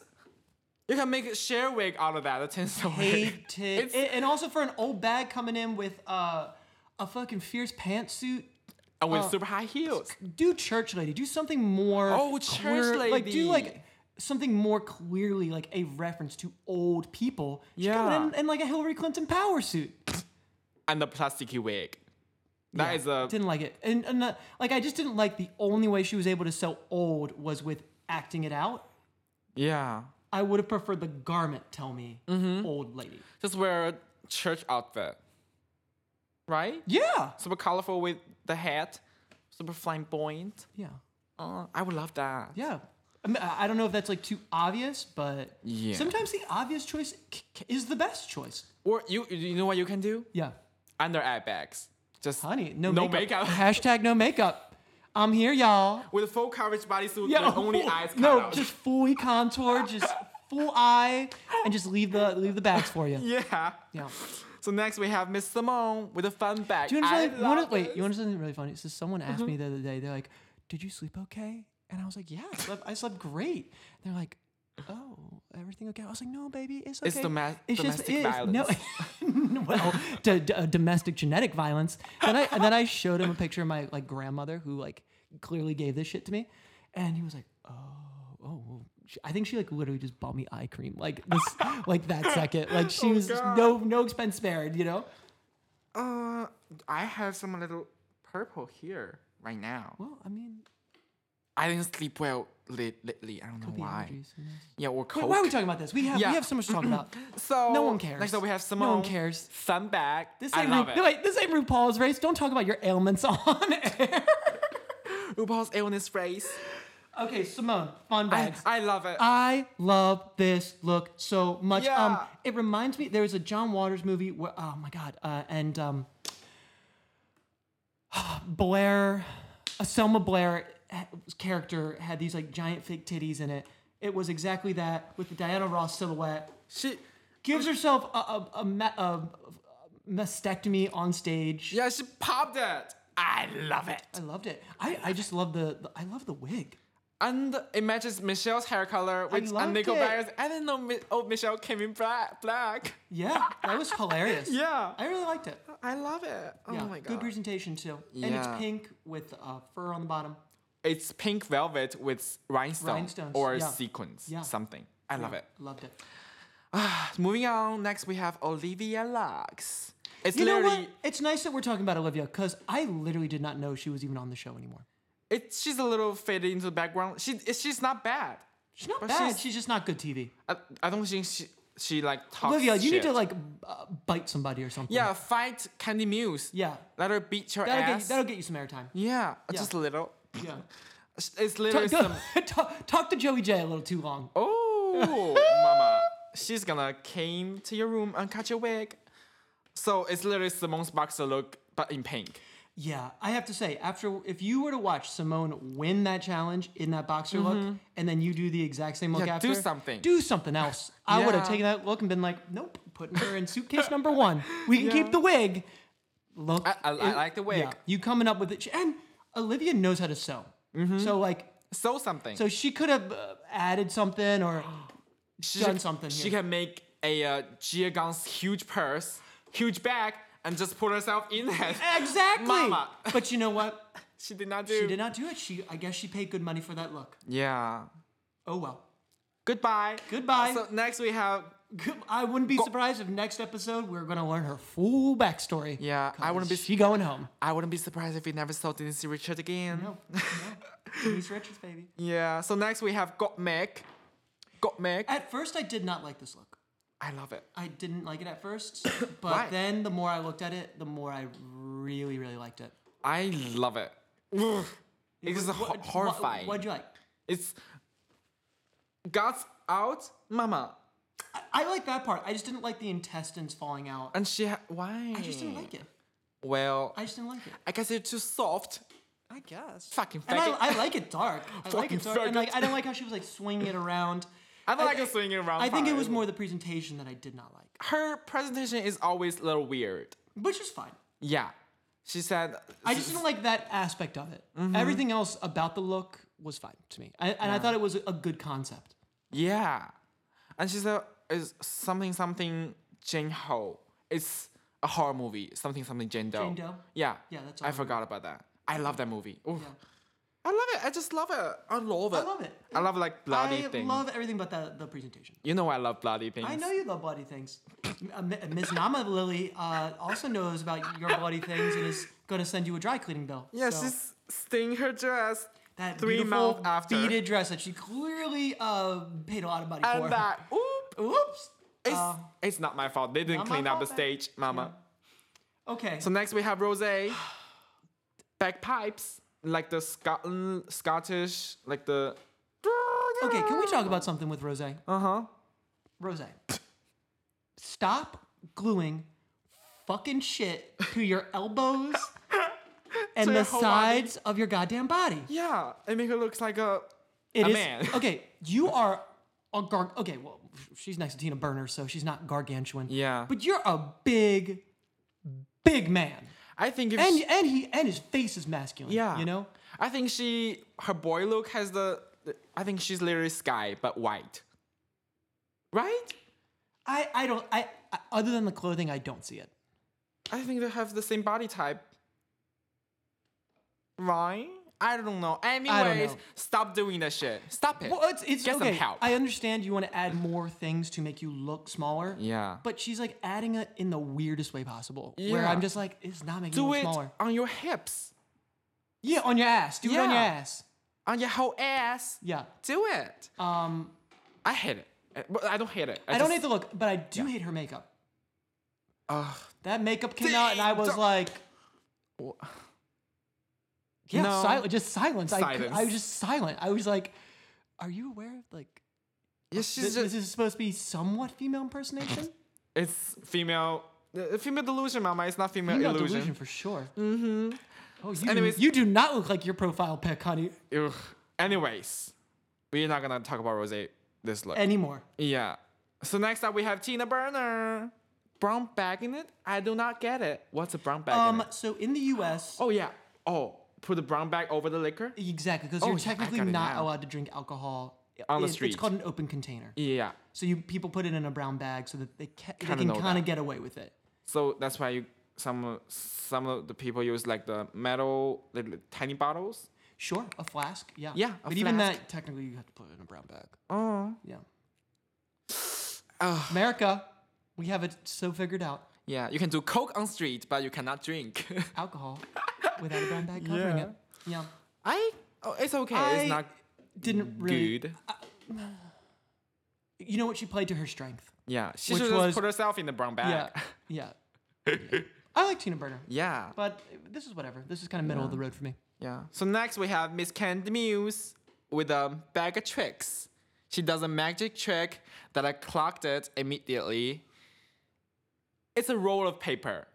You can make a share wig out of that. A tinsel wig. *laughs* Hated it. And also for an old bag coming in with uh a fucking fierce pantsuit. And with Uh, super high heels. Do church lady. Do something more. Oh, church Like do lady. like something more clearly like a reference to old people. She's Yeah. coming in, in like a Hillary Clinton power suit. And the plasticky wig. That is a didn't like it, and, and uh, like I just didn't like the only way she was able to sell old was with acting it out. yeah. I would have preferred the garment. Tell me, Mm-hmm. old lady. Just wear a church outfit. Right? Yeah, Super colorful with the hat. Super flamboyant. yeah, Uh, I would love that. yeah. I, mean, I I don't know if that's like too obvious, but Yeah. sometimes the obvious choice c- c- is the best choice. Or you you know what you can do? Yeah, Under eye bags. Just honey, no, No makeup. makeup. *laughs* *laughs* Hashtag no makeup. I'm here, y'all. with full coverage bodysuit Yeah, with only full- eyes cut No, out. just fully contour, just full eye, and just leave the leave the backs for you. *laughs* yeah. Yeah. So next we have Miss Simone with a fun bag. Do you I understand? One love Mm-hmm. of, wait, you this. understand something really funny? So someone asked me the other day, they're like, "Did you sleep okay?" And I was like, "Yeah, I slept, I slept great." they're like, "Oh, everything okay?" I was like, "No, baby, it's okay." It's domes- domestic No, *laughs* well, d- d- uh, domestic genetic violence. Then I and then I showed him a picture of my like grandmother who like clearly gave this shit to me, and he was like, "Oh, oh." well," she- I think she like literally just bought me eye cream like this like that second like she *laughs* Oh, was God. no no expense spared you know Uh, I have some little purple here right now. well I mean I didn't sleep well li- lately. I don't know the why. allergies, who knows? Yeah, or Wait, coke. why are we talking about this? We have Yeah. we have so much to talk *laughs* about. so No one cares. Next up, we have Simone. No one cares. Fun bag. This I ain't, love Ru- it. no, wait, this ain't RuPaul's race. Don't talk about your ailments *laughs* on air. RuPaul's illness race. Okay, Simone, fun I, bags. I, Uh, I love it. love this look so much. Um, Yeah. it reminds me. There was a John Waters movie where oh my god, uh, and um, *sighs* Blair, uh, Selma Blair's character had these like giant fake titties in it. It was exactly that with the Diana Ross silhouette. she. gives herself a, a, a, ma- a, mastectomy on stage. Yeah, she popped it. I love it. I loved it. I, I just love the, the I love the wig. And it matches Michelle's hair color with loved and Nicole it. Byers. I didn't know Mi- oh Michelle came in black. black. *laughs* Yeah, that was hilarious. Yeah. I really liked it. I love it. Oh Yeah, my god. good presentation too. And it's Yeah. pink with uh, fur on the bottom. it's pink velvet with rhinestone Rhinestones, or yeah. sequins. Yeah. Something. I love it. Loved it. Moving on, next we have Olivia Lux. It's You know literally what? It's nice that we're talking about Olivia because I literally did not know she was even on the show anymore. it's she's a little faded into the background. She it's- she's not bad. She's not But bad. She's, she's- just not good TV. I, I don't think she she like talks. Olivia, you need shit. to like uh, bite somebody or something. yeah fight Candy Muse. yeah. Let her beat your That'll get, you, ass. that'll get you some airtime. yeah, Yeah. just a little. Yeah. It's literally Talk, some. *laughs* talk, talk to Joey J a little too long. *laughs* Oh, mama. She's gonna came to your room and cut your wig. So it's literally Simone's boxer look, but in pink. Yeah, I have to say, after if you were to watch Simone win that challenge in that boxer look, and then you do the exact same look Mm-hmm. Yeah, after, do something. do something else. I would have Yeah. taken that look and been like, nope, putting her in *laughs* suitcase number one. We can keep the wig. Look, I- I- I like the wig. you coming up with it, and Olivia knows how to sew. Mm-hmm. So like, Sew something. so she could have uh, added something *gasps* or she done can- something She here. can make a uh, Gia Gunn's huge purse, huge bag, and just put herself in it. exactly. Mama. But you know what? *laughs* She did not do. *laughs* She did not do it. She, I guess, she paid good money for that look. Yeah. Oh well. Goodbye. Goodbye. So next we have. I wouldn't be surprised if next episode we're gonna learn her full backstory. Yeah, I wouldn't be. She going home. *laughs* I wouldn't be surprised if we never saw Denise Richard again. No, no. Denise Richards, baby. Yeah. So next we have Got Mac. Got Mac. At first, I did not like this look. I love it. I didn't like it at *coughs* first, but Why? then the more I looked at it, the more I really, really liked it. I love it. Ugh. It's What- ho- what- horrifying. What, would you like? it's guts out, mama, I, I like that part. I just didn't like the intestines falling out. and she ha- why? I just didn't like it. Well, I, I just didn't like it. guess it's too soft. I guess. Fucking And I, faggot. I like it dark. I like Fucking it dark. And faggot. like, I don't like how she was like swinging *laughs* it around. I don't like her swinging around. I think it fine. was more the presentation that I did not like. Her presentation is always a little weird. which is fine. Yeah, she said. I just didn't like that aspect of it. Mm-hmm. Everything else about the look was fine to me, I, and I thought it was a good concept. Yeah, and she said is something something Jing Ho. It's a horror movie, something something Jane Doe. Jane Doe? Yeah. Yeah, that's a I horror forgot about that. I love that movie. Oof. Yeah. I love it. I just love it. I love it. I love it. I love like bloody I things. love everything but the, the presentation. you know I love bloody things. I know you love bloody things. Uh, Mi- Ms. Nama Lily uh, also knows about your bloody things and is going to send you a dry cleaning bill. Yeah, So, she's sting her dress that three beautiful months after. beaded dress that she clearly uh, paid a lot of money for. and that oop. Oops. It's, Uh, it's not my fault. They didn't not my clean up the fault, babe. stage, mama. okay. So next we have Rose. *sighs* Bagpipes. Like the Scotland Scottish like the okay, can we talk about something with Rose? Uh-huh. Rose, stop gluing fucking shit to your *laughs* elbows and To the your whole body. sides of your goddamn body. Yeah. It make her looks like a It a is man. *laughs* okay. You are a gar. Okay, well, she's next to Tina Burner, so she's not gargantuan. Yeah. but you're a big, big man, I think if and she- and he and his face is masculine. Yeah. you know. I think she her boy look has the I think she's literally sky but white. Right? I I don't I, I other than the clothing, I don't see it. I think they have the same body type. Right? I don't know. Anyways, know. stop doing that shit. Stop it. Well, it's it's Get some okay. help. I understand you want to add more things to make you look smaller. Yeah. But she's like adding it in the weirdest way possible. Where Yeah. I'm just like, it's not making you Do look it smaller. on your hips, Yeah, on your ass. Do it on your Yeah. ass. on your whole ass. Yeah. Do it. Um, I hate it. Uh, But I don't hate it. I, don't just- hate the look, but I do hate her makeup. Ugh. That makeup came out, and I was Don't- like, yeah, No. sil- just silence. I cou- I, Silence. was just silent. I was like, are you aware of like Yeah, this, she's this just, is supposed to be somewhat female *laughs* impersonation? it's female. uh, Female delusion, mama. It's not female, female illusion. delusion for sure. Mm-hmm. Oh, you, Anyways- you do not look like your profile pic, honey, Ugh. Anyways, we're not gonna talk about Rose this look. anymore. Yeah. So next up we have Tina Burner. Brown bag in it? I do not get it. What's a brown bag? in Um, it? so in the U.S., Oh yeah. Oh, put the brown bag over the liquor. Exactly, because Oh, yeah, you're I technically got it not now. allowed to drink alcohol On the It- street. It's called an open container. Yeah. So you people put it in a brown bag so that they, ca- they Kinda can know kind of that. get away with it. So that's why you some some of the people use like the metal little tiny bottles. Sure, a flask, yeah, Yeah, a but even flask. that technically you have to put it in a brown bag. Oh. Yeah, America, we have it so figured out. Yeah. You can do coke on street, but you cannot drink. *laughs* Alcohol without a brown bag covering Yeah. it. Yeah, I. Oh, it's okay. I it's not didn't really. good. You know what? She played to her strength. yeah. She which should just was- put herself in the brown Yeah, bag. yeah. Yeah. I like Tina Burner, *laughs* Yeah. but this is whatever. This is kind of middle of the road for me. Yeah. So next we have Miss Candy Muse with a bag of tricks. She does a magic trick that I clocked it immediately. It's a roll of paper.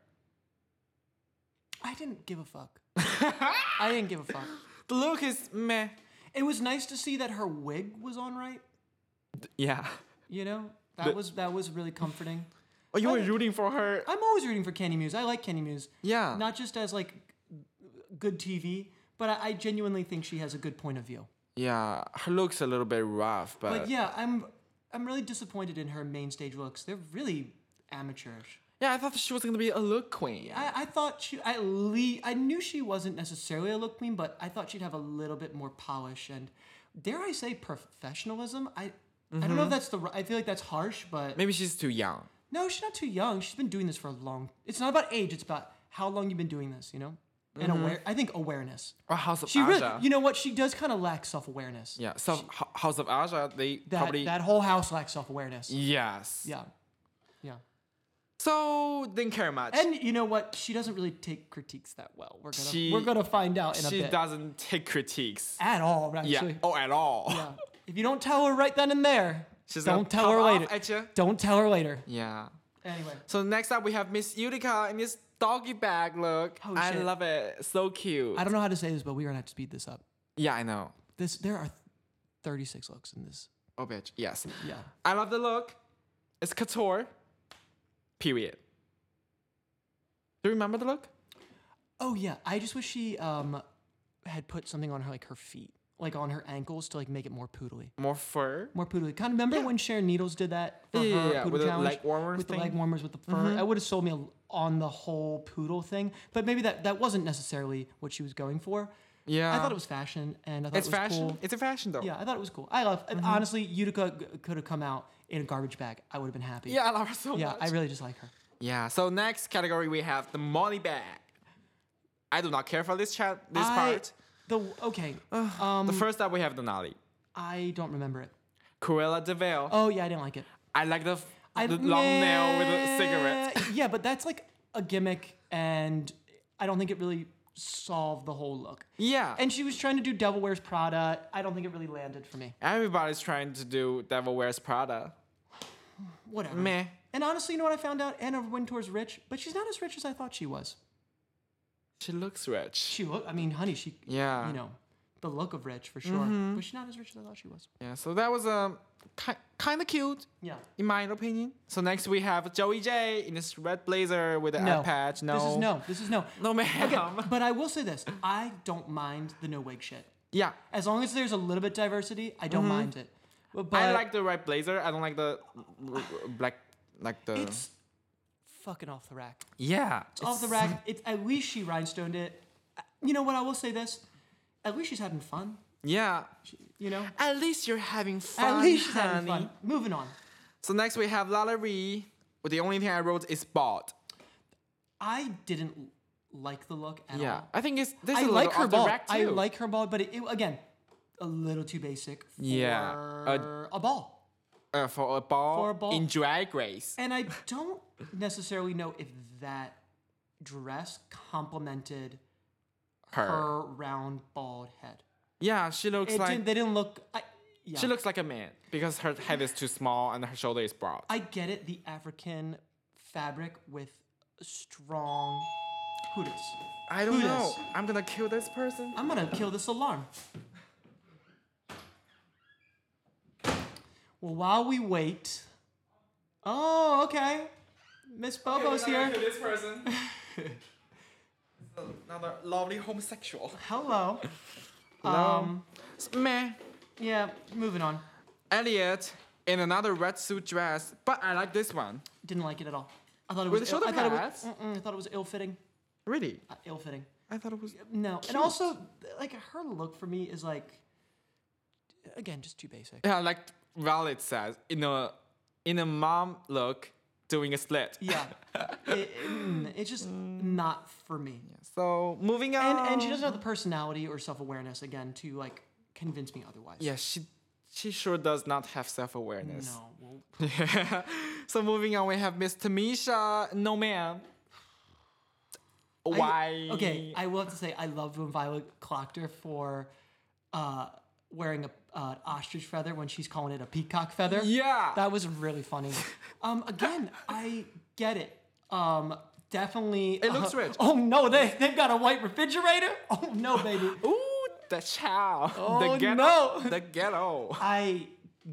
I didn't give a fuck. I didn't give a fuck. The look is meh. It was nice to see that her wig was on right. Yeah. You know, that The- was that was really comforting. Oh, you were I- rooting for her. I'm always rooting for Kenny Muse. I like Kenny Muse. Yeah. Not just as like good TV, but I, I genuinely think she has a good point of view. Yeah. Her looks a little bit rough, but, But yeah. yeah, I'm I'm really disappointed in her main stage looks. They're really amateurish. I thought she was gonna be a look queen. I, I thought she I le- I knew she wasn't necessarily a look queen, but I thought she'd have a little bit more polish and dare I say professionalism. I I Mm-hmm. don't know if that's the ri- I feel like that's harsh, but Maybe she's too young. no, she's not too young. She's been doing this for a long. It's not about age. It's about how long you've been doing this. You know, and aware. I think awareness. Or House of She Mm-hmm. Aja. really, you know what? She does kind of lack self awareness. yeah. So Ho- House of Aja, they that probably that whole house lacks self awareness. yes. Yeah, yeah. So didn't care much. And you know what? She doesn't really take critiques that well. We're gonna She- we're gonna find out in a she bit. doesn't take critiques. At all, Yeah. actually. Oh, at all. Yeah. If you don't tell her right then and there, *laughs* She's gonna don't tell her pop off later. at ya. Don't tell her later. Yeah. Anyway, So next up we have Miss Utica in this doggy bag look. Oh, I shit. love it. So cute. I don't know how to say this, but we're gonna have to speed this up. yeah, I know. This there are 36 looks in this. Oh bitch. Yes. Yeah. I love the look. It's couture. Period. Do you remember the look? Oh yeah, I just wish she um had put something on her like her feet like on her ankles to like make it more poodly. More fur. More poodly. Kind of remember when Sharon Needles did that for Yeah, yeah, her yeah, poodle with the challenge? leg warmer with thing? Mm-hmm. the leg warmers with the fur. That would have sold me a- on the whole poodle thing, but maybe that that wasn't necessarily what she was going for. Yeah. I thought it was fashion, and I thought Uh. It's it was fashion. cool. It's a fashion though. Yeah, I thought it was cool. I love Mm-hmm. honestly, Utica g- could have come out in a garbage bag. I would have been happy. Yeah, I love her so yeah, much. I really just like her. yeah. So next category we have the money bag. I do not care for this chat. This I- part. The okay, um, The first up we have Denali. I don't remember it. Cruella DeVille. Oh yeah, I didn't like it. I like the, f- I, the long nail with a cigarette. Meh. *laughs* yeah, but that's like a gimmick, and I don't think it really solved the whole look. Yeah. And she was trying to do Devil Wears Prada. I don't think it really landed for me. Everybody's trying to do Devil Wears Prada. Whatever. Meh. And honestly, you know what I found out? Anna Wintour's rich, but she's not as rich as I thought she was. She looks rich. She look. I mean, honey, she. Yeah. You know, the look of rich for sure. Mm-hmm. But she's not as rich as I thought she was. Yeah. So that was um ki- kind of cute. Yeah. In my opinion. So next we have Joey J in this red blazer with an eye Uh, patch. No. This is no. This is no. No, ma'am. Okay, but I will say this: I don't mind the no wig shit. *laughs* Yeah. As long as there's a little bit diversity, I don't mind it. But, Mm-hmm. I like the red blazer. I don't like the r- r- black, like the. it's fucking off the rack. yeah. off the it's- rack. It's at least she rhinestoned it. You know what? I will say this: at least she's having fun. Yeah. You know, At least you're having fun. at least she's honey. having fun. Moving on. So next we have Lala Ree. Well, The only thing I wrote is bald. I didn't like the look at Yeah. all. Oh. I think it's this I is a like little her off the ball. rack too. I like her ball, but it, it- again, a little too basic for Yeah, a- a ball. uh, for a ball For a ball. in Drag Race. And I don't necessarily know if that dress complemented Her. her round bald head. Yeah, she looks It like didn't, they didn't look. I, yeah. she looks like a man because her head is too small and her shoulder is broad. I get it. The African fabric with strong hooters. I don't Who know. dis? I'm gonna kill this person. I'm gonna kill this alarm. Well, while we wait. Oh, okay. Miss Bobo's here. this person. *laughs* Another lovely homosexual. Hello. Um, meh. Yeah, moving on. Elliot in another red suit dress, but I like this one. Didn't like it at all. I thought it With was. the Ill- shoulder I, thought it pads? was mm-mm, I thought it was ill-fitting. Really? Uh, ill-fitting. I thought it was. No, and also like her look for me is like, again, just *laughs* too basic. Yeah, like Violet says, in a in a mom look, doing a slit. Yeah, It- mm, it's just not for me. So moving on. And and she doesn't have the personality or self-awareness again to like convince me otherwise. Yeah, she she sure does not have self awareness. No. Well, *laughs* so moving on, we have Miss Tamisha. No ma'am. I- Why? okay, I will have to say I loved when Violet clocked her for uh, wearing a uh, ostrich feather when she's calling it a peacock feather. Yeah. that was really funny. um, again, I get it. Um, definitely. It looks rich. Oh no, they they've got a white refrigerator. Oh no, baby. Ooh, the child. the Oh, ghetto. no. The *laughs* ghetto. I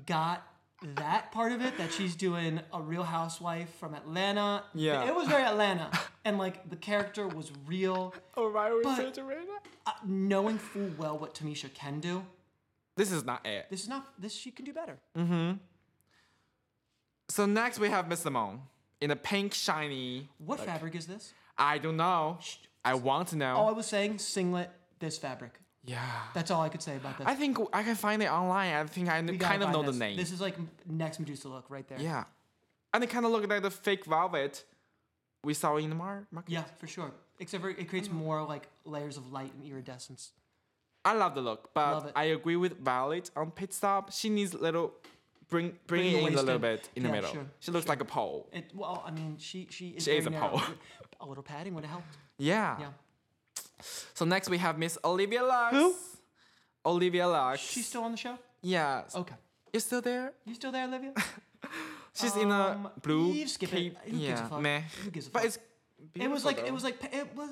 got that part of it that she's doing a Real Housewife from Atlanta. Yeah. it was very Atlanta, and like the character was real. Oh, my But- refrigerator. Uh, knowing full well what Tamisha can do. This is not it. this is not this she can do better So next we have Miss Simone in a pink shiny. what fabric is this I don't know. I want to know. all i was saying singlet this fabric yeah. that's all i could say about this I think I can find it online. I think I We gotta kind of find know this. the name. this is like m- next medusa look right there Yeah. And it kind of looked like the fake velvet we saw in the mar- market. yeah for sure except for it creates Mm. more like layers of light and iridescence I love the look, Love but it. I agree with Violet on pit stop. She needs a little bring bring, Bring it the in a waist little in. bit in the Yeah, middle. sure, she looks like a pole. it well i mean she she is, She is very a Ah. narrow. pole. a little padding would have helped Yeah. yeah So next we have Miss Olivia Lux. Who? Olivia Lux. she's still Oh. on the show yeah. okay You're still there? you still there olivia *laughs* She's in a Um, blue you skip it. cape. Who gives a yeah. fuck? Meh. Who gives a but fuck? it's. it was beautiful like it though. was like pa- it was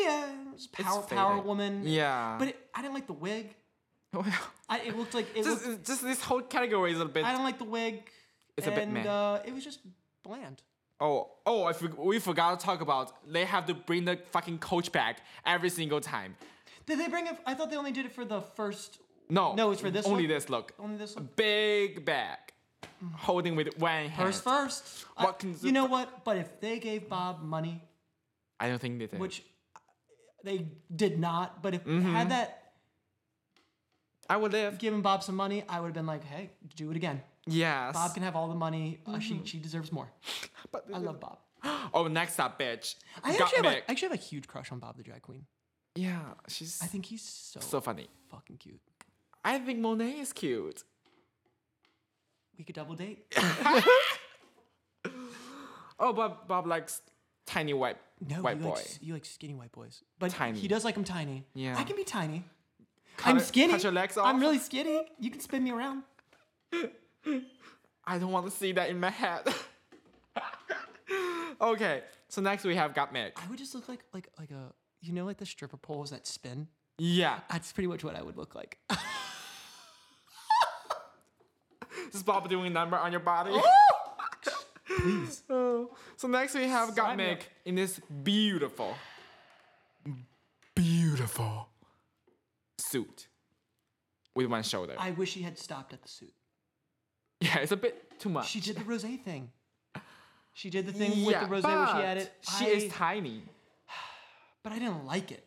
yeah it was It's power power fading. woman Yeah. but it, i didn't like the wig *laughs* Well, I, it looked like it just, looked, just this whole category is a bit. I don't like the wig. It's a and, bit meh. Uh, it was just bland. Oh, oh, I forg we forgot to talk about. They have to bring the fucking coach back every single time. Did they bring it? I thought they only did it for the first No. No, it's for this Only one? this look. Only this one. Big bag. Holding with one hand. Purse first. I- What can- you know what? But if they gave Bob money, I don't think they did. which they did not, but if Mm-hmm. had that I would live. given Bob some money, I would have been like, hey, do it again. Yes. Bob can have all the money. Uh, she she deserves more. But- I love Bob. oh, next up, bitch. I Got actually, have Mick. a, I actually have a huge crush on Bob the drag queen. yeah, she's I think he's so, so funny. fucking cute. I think Monet is cute. We could double date. *coughs* Oh, but Bob likes tiny white No, white you boy. like s- you like skinny white boys, but Tiny. he does like them tiny. Yeah. I can be tiny. Cut I'm it- skinny. Cut your legs off. I'm really skinny. You can spin me around. I don't want to see that in my head. *laughs* okay, so next we have Got Mick. I would just look like like like a you know like the stripper poles that spin. Yeah, That's pretty much what I would look like. this is Bob doing a number on your body. Oh! Please. *laughs* so next we have Got Sign me Mick up. in this beautiful, beautiful suit with one shoulder. I wish she had stopped at the suit. yeah, it's a bit too much. She did the rosé thing. She did the thing with yeah, the rosé where she but had it. She I- is tiny. but I didn't like it.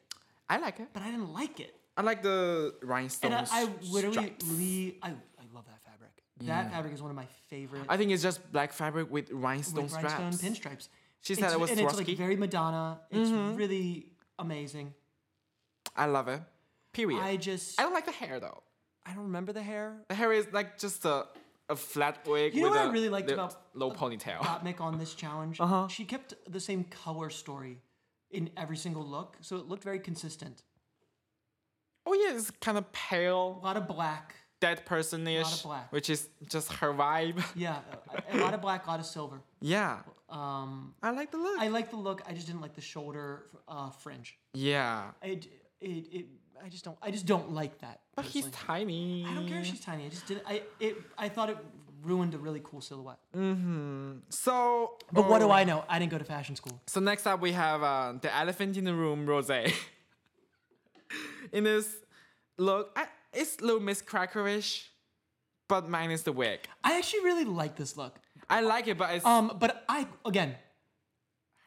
I like it. But I didn't like it. I like the rhinestone. And I, I literally, stripes. le- I, I love that fabric. That fabric is one of my favorite. I think it's just black fabric with rhinestone with straps. rhinestone pinstripes. She said It's- it was Mm-hmm. and it's like Swarovski. very Madonna. It's really amazing. I love it. Period. I I, just don't like the hair though. I don't remember the hair. The hair is like just a, a flat wig. You know with what I a really liked li- about- low ponytail. Gottmik on this challenge. Uh-huh. She kept the same color story in every single look, so it looked very consistent. oh yeah, it's kind of A pale, lot of black, dead person-ish, black. which is just her vibe. *laughs* yeah, a, a lot of black, a lot of silver. yeah, Um, I like the look. I like the look. I just didn't like the shoulder uh, fringe. yeah, It, it, it, I just don't. I just don't like that. but he's personally. tiny. I don't care if she's tiny. I just did. I it. I thought it ruined a really cool silhouette. So, But what do oh, I know? I didn't go to fashion school. So next up we have uh, the elephant in the room, Rose. *laughs* in this look, I, it's little Miss Crackerish, but minus the wig. I actually really like this look. I like it, but it's Um, but I again,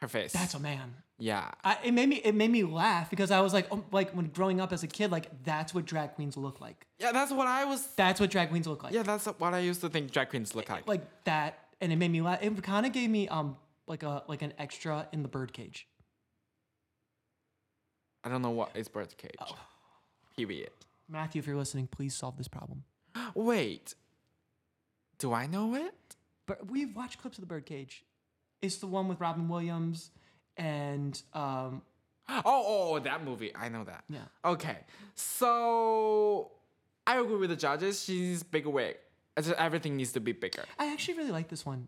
her face. that's a man. yeah. I, it made me it made me laugh because I was like, oh, like when growing up as a kid, like that's what drag queens look like. Yeah, that's what I was. That's what drag queens look like. Yeah, that's what I used to think drag queens look like. Like that, and it made me laugh. It kind of gave me um like a like an extra in the birdcage. I don't know what is birdcage. Oh. Period. Matthew, if you're listening, please solve this problem. Wait. Do I know it? But we've watched clips of the birdcage. It's the one with Robin Williams and um Oh, oh, oh, that movie. I know that. Yeah. Okay. So I agree with the judges. She's big wig. It's just Everything needs to be bigger. I actually really like this one.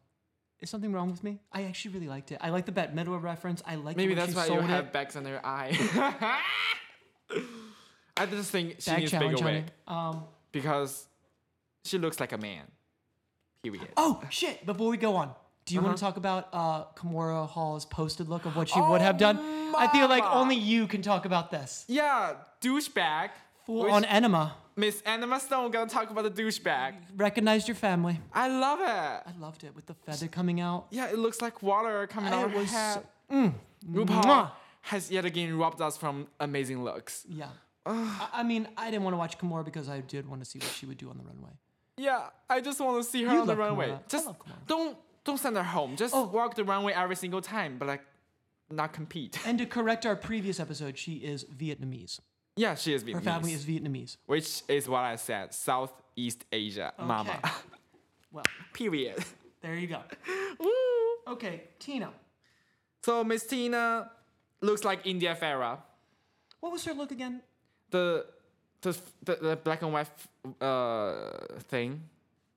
Is something wrong with me? I actually really liked it. I like the Bette Midler reference. I like Maybe the way that's she why you sold have it. bags under your eye. *laughs* I just think she Bag needs bigger honey. wig Um, because she looks like a man. Period. oh shit! Before we go on, do you Uh-huh. want to talk about uh, Kimora Hall's posted look of what she would have done? I feel like Oh, mama. only you can talk about this. Yeah, douchebag. Full Which- on enema. Miss Anima Stone gonna talk about the douchebag. Recognized your family. I love it. I loved it with the feather coming out. Yeah, it looks like water coming out It of her was. head. So, Mm. RuPaul Mwah. has yet again robbed us from amazing looks. yeah. I, I mean, I didn't want to watch Kimora because I did want to see what she would do on the runway. Yeah, I just want to see her You on the love runway. Kamala. I Just love Kamala. don't don't send her home. Just Oh. walk the runway every single time, but like not compete. *laughs* And to correct our previous episode, she is Vietnamese. yeah, she is Vietnamese, Her family is Vietnamese. which is what I said. Southeast Asia, mama. Okay. Well, *laughs* Period. *laughs* there you go. Woo. Okay, Tina. So Miss Tina looks like India Farah. What was her look again? The the the, the black and white uh thing,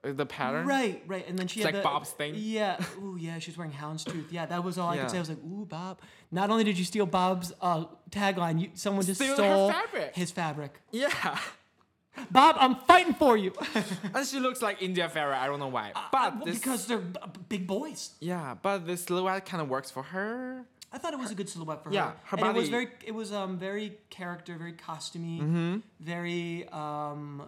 uh, the pattern. Right, right. And then she It's had like the- Bob's thing. Yeah. Ooh, yeah. She was wearing houndstooth. Yeah, that was all I Yeah. could say. I was like, ooh, Bob. Not only did you steal Bob's uh, tagline, you, someone just Steal her stole fabric. his fabric. Yeah. *laughs* Bob, I'm fighting for you. And she looks like India Farah. I don't know Uh, why. *laughs* But this, because they're b- b- big boys. yeah, but this silhouette kind of works for her. I thought it was a good silhouette for Yeah, her. her and it was body- Mm-hmm. very it was um very character, very costumey, very um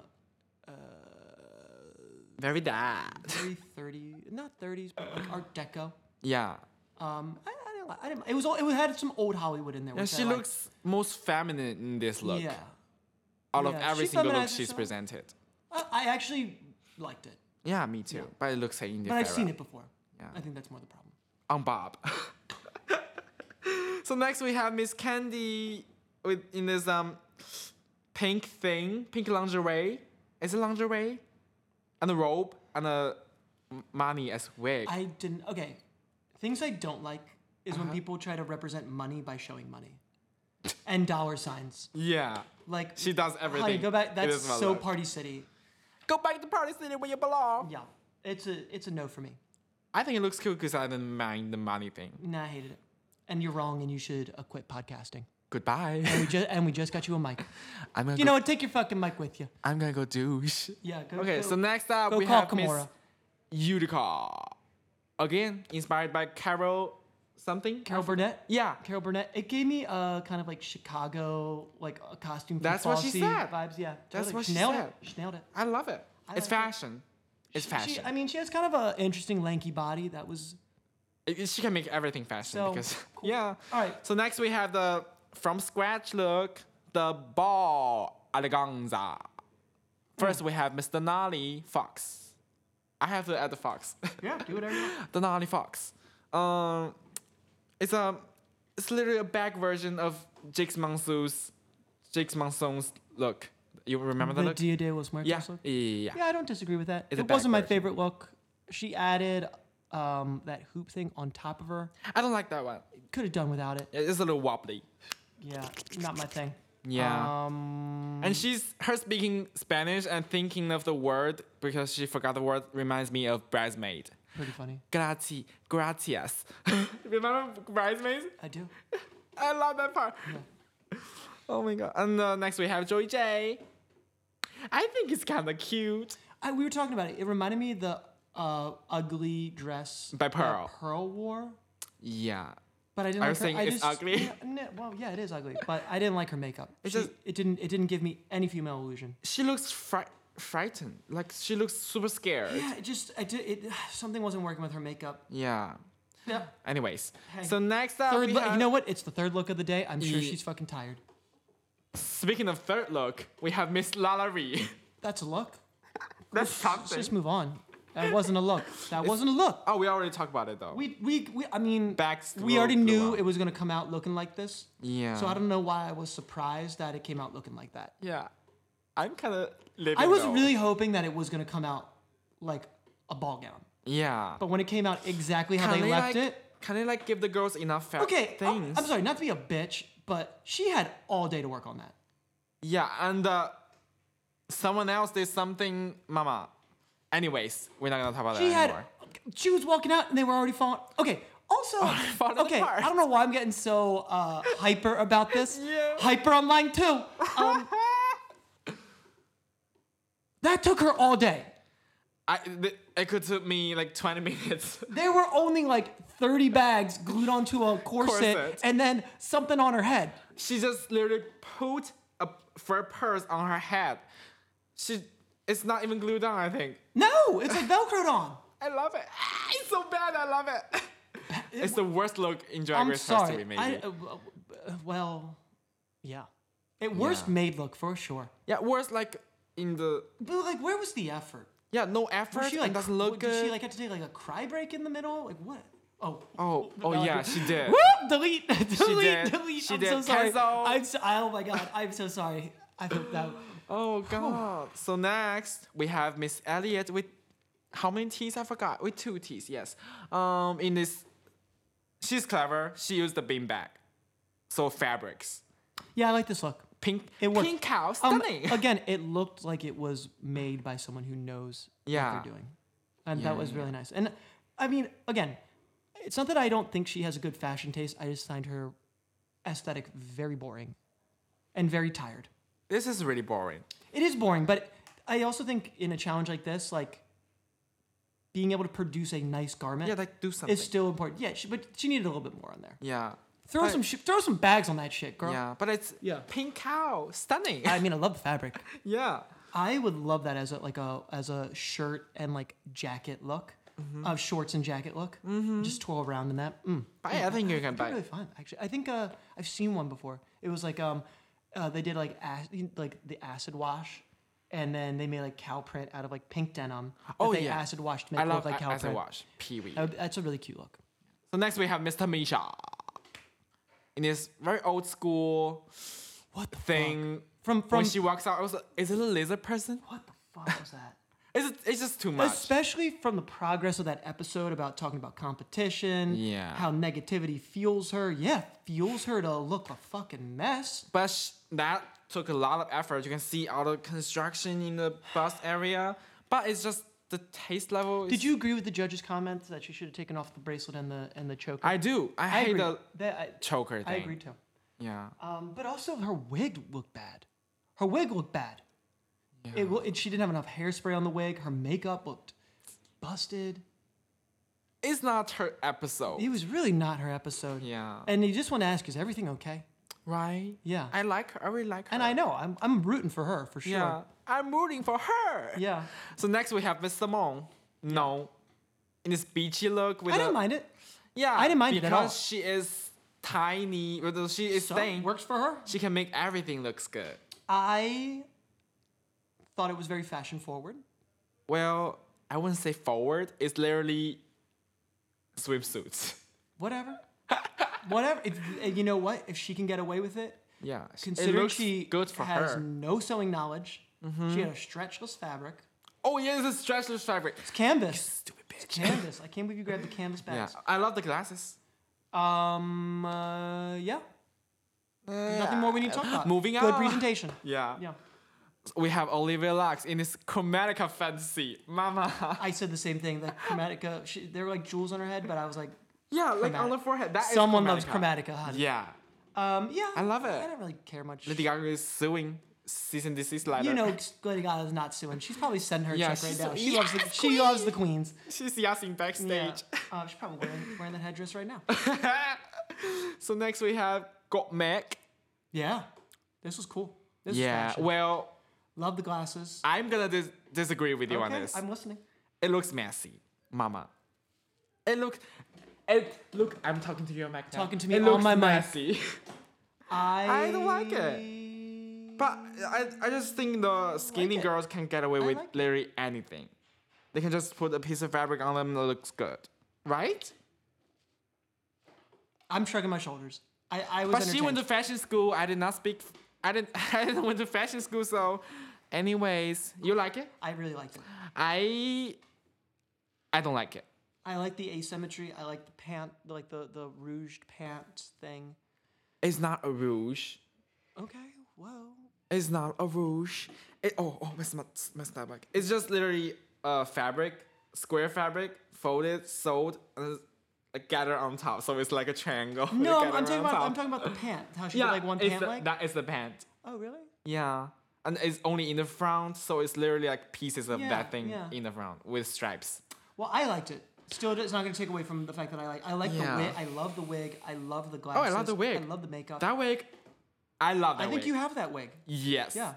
Very that. very 30 not 30s but like art deco. Yeah. Um I, I didn't, li- I didn't it was all it had some old Hollywood in there. And which I she liked. looks most feminine in this look. Yeah. Out of Yeah, every she single look feminizes she's herself. presented. I, I actually liked it. Yeah, me too. But it looks like India But I've Ferrera. seen it before. Yeah. I think that's more the problem. on Bob. *laughs* so next we have Miss Candy with in this um pink thing, pink lingerie. Is it lingerie? And a robe and a m- money as wig. I didn't. Okay, things I don't like is Uh-huh. when people try to represent money by showing money and dollar signs. yeah. Like She does honey, everything. go back. It That's is my so look. Party City. Go back to Party City where you belong. Yeah, it's a it's a no for me. I think it looks cute because I didn't mind the money thing. Nah, I hated it. And you're wrong, and you should uh, quit podcasting. Goodbye. *laughs* And we just and we just got you a mic. I'm gonna You go, know what? Take your fucking mic with you. I'm gonna go *laughs* douche. Yeah. Go, Okay, go, so next up go we call have Miss Kimora. Utica. Again, inspired by Carol something. Carol Burnett. Yeah. Carol Burnett. It gave me a kind of like Chicago, like a costume. from That's what she Fosse said. Vibes. Yeah. That's totally. what she nailed said. It. She nailed it. I love it. it's like it. fashion. It's She- fashion. She, I mean, she has kind of an interesting lanky body. That was It- it- she can make everything fashion So, because *laughs* cool. yeah. all right. So next we have the from scratch look, the ball eleganza. Mm. First we have Mr. Nolly Fox. I have to add the fox. *laughs* Yeah, do whatever. you want. the Nolly Fox. Um, it's a it's literally a back version of Jake's Monsoon's Jake's Monsoon's look. You remember the, The look? Dia de los Muertos Yeah. look. yeah, yeah, yeah. Yeah, I don't disagree with that. It's a it wasn't back my version. favorite look. She added um, that hoop thing on top of her. I don't like that one. Could have done without it. It's a little wobbly. Yeah, not my thing. Oh. Yeah. Um, And she's her speaking Spanish and thinking of the word because she forgot the word reminds me of bridesmaid. pretty funny. Grazie, gratias. *laughs* Remember bridesmaids? I do. I love that part. Oh my god. And uh, next we have Joey J. I think it's kind of cute. I, we were talking about it. It reminded me of the uh, ugly dress By that Pearl. Pearl wore. Yeah. But I didn't. Are you like her- saying I it's just, ugly? Yeah, no, well, yeah, it is ugly. But I didn't like her makeup. It's She- just- it didn't. It didn't give me any female illusion. She looks fri- frightened. Like she looks super scared. Yeah, it just I did it. *sighs* Something wasn't working with her makeup. Yeah. *gasps* Yeah. Anyways, Hey. so next up Third, we look, have, you know what? It's the third look of the day. I'm sure Ye- she's fucking tired. speaking of third look, we have Miss *laughs* Lalaurie. That's a look. That's Let's just move on. That wasn't a look. That wasn't a look. Oh, we already talked about it though. We we, we I mean, Back we glow- already glow knew up. it was gonna come out looking like this. Yeah. So I don't know why I was surprised that it came out looking like that. yeah. I'm kind of living. I was though. really hoping that it was gonna come out like a ball gown. Yeah. But when it came out exactly how they like, left it. Can they like give the girls enough fa- Okay, I'm- things? I'm sorry, not to be a bitch, but she had all day to work on that. Yeah, and uh, someone else did something, Mama. Anyways, we're not gonna talk about She that had. anymore. She was walking out, and they were already falling. Okay. *laughs* Also, falling okay. apart. I don't know why I'm getting so uh, hyper about this. *laughs* Yeah. Hyper *laughs* online too. Um, that took her all day. I, th- it could took me like 20 *laughs* minutes. There were only like 30 bags glued onto a corset, Corset. and then something on her head. she just literally put a fur purse on her head. She, it's not even glued on. I think. No, *laughs* it's like Velcroed on. I love it. *laughs* Ah, it's so bad. I love it. *laughs* it's the worst look in Drag I'm Race history, sorry. maybe. I, uh, w- uh, well, yeah. It worst Yeah. made look for sure. yeah, worst like in the But like, where was the effort? yeah no effort Was she like and doesn't look what, good. Did she like have to take like a cry break in the middle? Like what? Oh. oh oh no, I yeah, did- she *laughs* did. Woo! Delete, *laughs* delete, did. delete. She I'm did. so sorry. Cancel. I'm so, oh my god. I'm so sorry. I hope that. *sighs* Oh god. so next we have Miss Elliot with how many T's I forgot? With two T's, yes. Um in this she's clever. She used the beanbag. So fabrics. Yeah, I like this look. Pink It worked. pink cow Um, stunning. *laughs* again, it looked like it was made by someone who knows Yeah. what they're doing, and Yeah, that was really nice. And I mean, again, it's not that I don't think she has a good fashion taste. I just find her aesthetic very boring and very tired. this is really *laughs* boring. It is boring, but I also think in a challenge like this, like being able to produce a nice garment Yeah, like do something. is still important. Yeah, she, but she needed a little bit more on there. yeah. Throw I- some sh- throw some bags on that shit, girl. Yeah, but it's Yeah. pink cow, stunning. *laughs* I mean, I love the fabric. yeah, I would love that as a like a as a shirt and like jacket look, Mm-hmm. of shorts and jacket look. Just twirl around in that. Mm. buy. I think you can Pretty buy. really fun actually. I think uh, I've seen one before. It was like um, uh, they did like ac- like the acid wash, and then they made like cow print out of like pink denim. that Oh, they yeah. acid washed to make I it look love like like cow as I print. watch. Pee wee. That would- that's a really cute look. So next we have Mr. Misha. In this very old school What the thing, From when from she walks out, I was like, is it a lizard person? what the fuck was that? It's it's just too *laughs* much. Especially from the progress of that episode about talking about competition, Yeah. how negativity fuels her. Yeah, fuels her to look a fucking mess. but sh- that took a lot of effort. You can see all the construction in the bus area, but it's just the taste level. Is, Did you agree with the judge's comments that she should have taken off the bracelet and the and the choker? I do. I, hate agree. the That- I, choker thing. I agree too. Yeah. Um, but also her wig looked bad. Her wig looked bad. It, wa- it she didn't have enough hairspray on the wig. Her makeup looked busted. It's not her episode. It was really not her episode. yeah. And you just want to ask, is everything okay? right? Yeah. I like her. I really like her. and I know I'm I'm rooting for her for sure. Uh, Yeah. I'm rooting for her. Yeah. So next we have Mr. Mong. No. In this beachy look with I didn't a- mind it. Yeah. I didn't mind it because at all. she is tiny. Although she is So, thin, works for her. she can make everything looks good. I thought it was very fashion forward. Well, I wouldn't say forward. It's literally *laughs* swimsuits. *laughs* Whatever. Whatever. If, you know what? If she can get away with it, Yeah. it considering looks she good for has her. Mm-hmm. no sewing knowledge, she had a stretchless fabric. Oh yeah, it's a stretchless fabric. It's canvas. Stupid bitch. Canvas. I can't believe you grabbed the canvas Yeah. bags. I love the glasses. Um. Uh, yeah. Uh, Nothing more we need to *gasps* talk about. Moving Good on. presentation. *laughs* Yeah. Yeah. We have Olivia Lux in this chromatica fantasy. Mama. I said the same thing. Like Chromatica, she, there were like jewels on her head, but I was like, *laughs* Yeah, like on Chromatic. the forehead. That is someone loves Chromatica. honey. Yeah. Um, yeah. I love I it. don't really care much. Lady Gaga is suing cease and desist letter. you know, Lady Gaga's not suing. She's probably sending her a Yeah, check right she's now. so- She loves the Yes, she loves the queens. *laughs* she's yelling backstage. Yeah. Uh, she's probably wearing, wearing that headdress right *laughs* now. So next we have Got Mac. Yeah, this was cool. This Yeah. was fashion. Well, love the glasses. I'm gonna dis- disagree with you on Okay, this. I'm listening. it looks messy, Mama. It look, it look. I'm talking to your Mac. now. Talking to me It on looks my mic. messy. *laughs* I I don't like it. but I, I just think the skinny it. girls can get away with like it. literally anything. They can just put a piece of fabric on them that looks good, right? I'm shrugging my shoulders. I, I was. But she went to entertained. fashion school. I did not speak. I didn't. *laughs* I didn't went to fashion school. So, anyways, you like it? I really liked it. I. I don't like it. I like the asymmetry. I like the pant, like the the rouged pants thing. It's not a rouge. Okay, whoa. It's not a rouge. It, oh, oh, my, sm- my stomach. It's just literally uh, fabric, square fabric, folded, sewed, and uh, gathered on top. So it's like a triangle. *laughs* with a No, I'm, gather I'm talking on about top. I'm talking about the pant. How she yeah, did like one it's pant the, leg. That is the pant. oh really? Yeah. And it's only in the front, so it's literally like pieces of Yeah, that thing yeah. in the front with stripes. Well, I liked it. Still, it's not going to take away from the fact that I like. I like Yeah. Oh, the wig. I love the wig. I love the I glasses. love the wig. I love the makeup. That wig, I love that I think wig. you have that wig. Yes. Oh Yeah.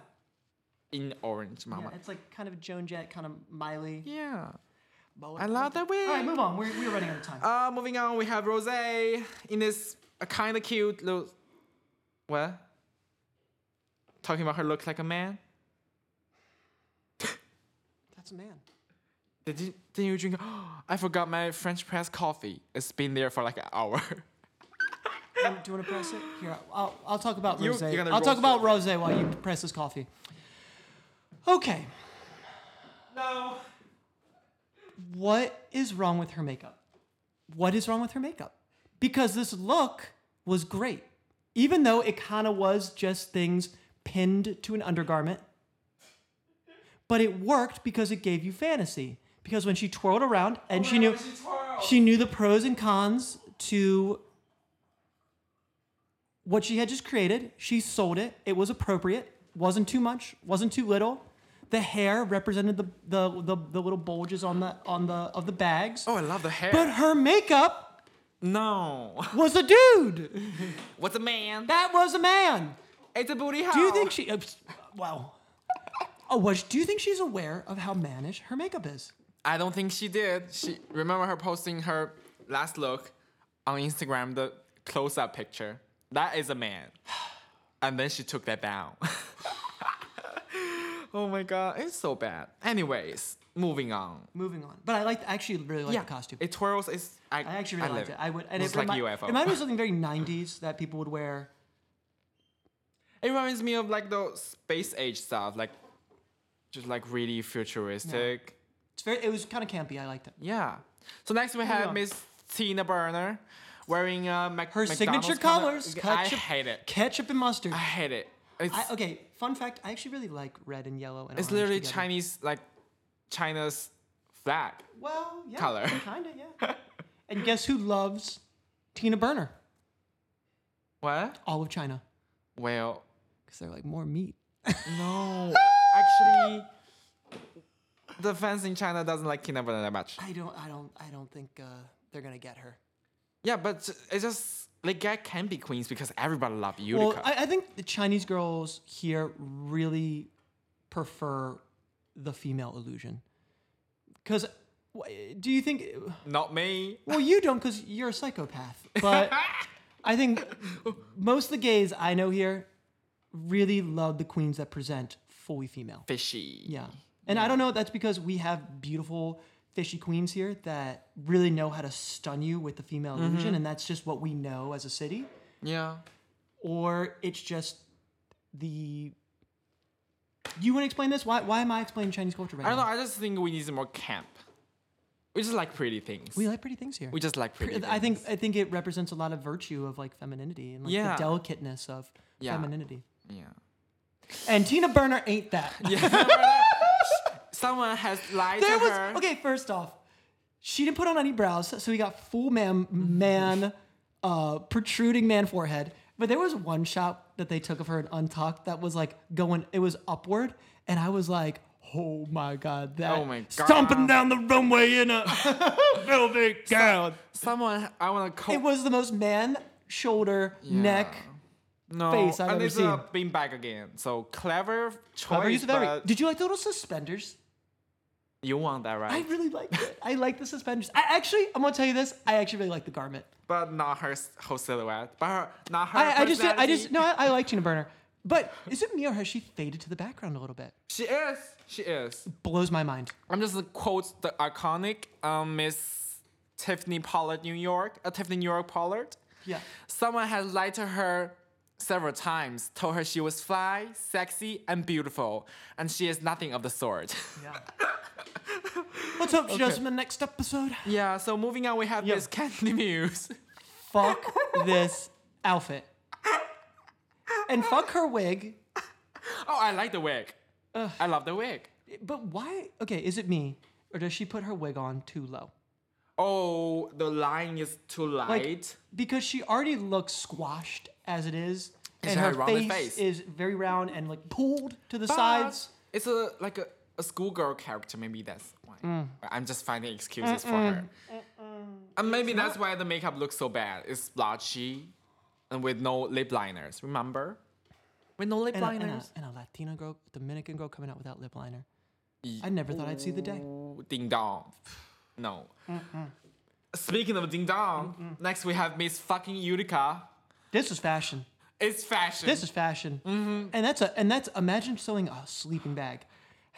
In orange, Yeah, mama. it's like kind of Joan Jett, kind of Miley. Yeah. Bowie. I love that wig. All right, move on. We're, we're running out of time. Uh, moving on, we have Rose in this uh, kind of cute little. What? Talking about her looks like a man. That's a man. Did you did you drink? *gasps* I forgot my French press coffee. It's been there for like an hour. *laughs* Um, Do you want to press it? Here, I'll, I'll talk about You- rose. you're gonna I'll talk roast about rose while you press this coffee. Okay, no. what is wrong with her makeup? What is wrong with her makeup? Because this look was great, even though it kind of was just things pinned to an undergarment. But it worked because it gave you fantasy. Because when she twirled around Oh, and she knew she knew the pros and cons to what she had just created. She sold it. It was appropriate. wasn't too much. wasn't too little. The hair represented the the, the, the little bulges on the on the of the bags. Oh, I love the hair. But her makeup No. *laughs* was a dude. What's a man? That was a man. It's a booty hole. Do you think she? Oops, wow. Oh, was do you think she's aware of how mannish her makeup is? I don't think she did. She remember her posting her last look on Instagram, the close-up picture. That is a man. And then she took that down. *laughs* oh my god, it's so bad. Anyways, moving on. Moving on. But I like. I actually really like the costume. It twirls. It's I, I actually really love liked it. it. I would. And Looks it like remi- UFO. It reminded me of something very '90s that people would wear. *laughs* It reminds me of like the space age stuff, like just like really futuristic. It's very. It was kind of campy. I liked it. Yeah. So next we on. have Miss Tina Burner wearing a Mac- Her signature McDonald's color. colors. I ketchup- hate it. Ketchup and mustard. I I, hate it. It's, okay. Fun fact. I actually really like red and yellow and. it's orange literally together. Chinese, like China's flag. *laughs* Well, yeah. color. Kinda, yeah. and guess who loves Tina Burner? What? All of China. Well, Because they're like more meat. no. Actually, the fans in China doesn't like Tina Burner that much. I don't. I don't. I don't think uh, they're gonna get her. Yeah, but it's just like I can be queens because everybody love Utica. Well, I, I think the Chinese girls here really prefer the female illusion. Because do you think? Not me. Well, you don't, because you're a psychopath. But I think most of the gays I know here really love the queens that present fully female. Fishy. Yeah. And I don't know if that's because we have beautiful fishy queens here that really know how to stun you with the female Mm-hmm. illusion and that's just what we know as a city Yeah. or it's just the you want to explain this? Why, why am I explaining Chinese culture right I don't know. now? I just think we need some more camp. We just like pretty things. We We, like pretty things here. just like pretty. I things. think I think it represents a lot of virtue of like femininity and like Yeah. the delicateness of Yeah. femininity. Yeah. And Tina Burner ain't that. Someone has lied *laughs* There to was her. okay. First off, she didn't put on any brows, so he got full man *laughs* man uh, protruding man forehead. But there was one shot that they took of her in Untucked that was like going. It was upward, and I was like. Oh my god, that Oh my stomping God. down the runway in a *laughs* velvet gown. Someone I want to call. It was the most man shoulder, neck, no, face I've and ever it's a beanbag again. So clever choice. upper use of every. but Did you like the little suspenders? you want that I right? really liked it. I like the suspenders. I actually, I'm gonna tell you this. I actually really like the garment. but not her s- whole silhouette. But her, not her. I, I just, I just, personality. no, I, I like Tina Burner. But is it me or has she faded to the background a little bit? She is. She is. Blows my mind. I'm just gonna quote the iconic um, Miss Tiffany Pollard, New York. Uh, Tiffany New York Pollard. Yeah. Someone has lied to her several times, told her she was fly, sexy, and beautiful, and she is nothing of the sort. Yeah. Let's hope she does in the next episode. *laughs* yeah, so moving on, we have Yeah. Miss Candy Muse. *laughs* Fuck this outfit. And fuck her wig. Oh, I like the wig. I love the wig. But why? Okay, is it me or does she put her wig on too low? Oh, the line is too light. Because she already looks squashed as it is. and her her rounded face, face. is very round and like pulled to the But sides. It's a like a, a schoolgirl character. Maybe that's why. Mm. I'm just finding excuses for her. And maybe that's why the makeup looks so bad. It's splotchy, and with no lip liners. Remember, with no lip and a, and uh, a- liners. and a Latina girl, Dominican girl coming out without lip liner. I never thought I'd see the day. Ooh, Ding dong. No. Speaking of ding dong, next we have Miss fucking Utica. This is fashion. It's fashion. This is fashion. And that's a and that's imagine sewing a sleeping bag.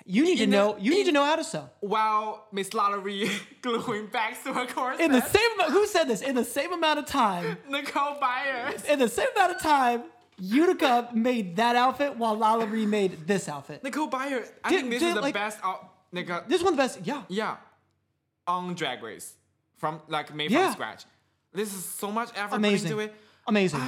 You need to In the- know. you need to in- know how to sew. While Miss Lottery *laughs* gluing back to her corset. In the same amount, who said this? In the same amount of time. *laughs* Nicole Byers. In the same amount of time, Utica made that outfit while Lala remade this outfit. Nicole Byers. I Did- think this did, is the like- best out. Nicole, This one's the best. Yeah. yeah, on Drag Race from like made Yeah. from scratch. This is so much effort Amazing. put into it. Amazing.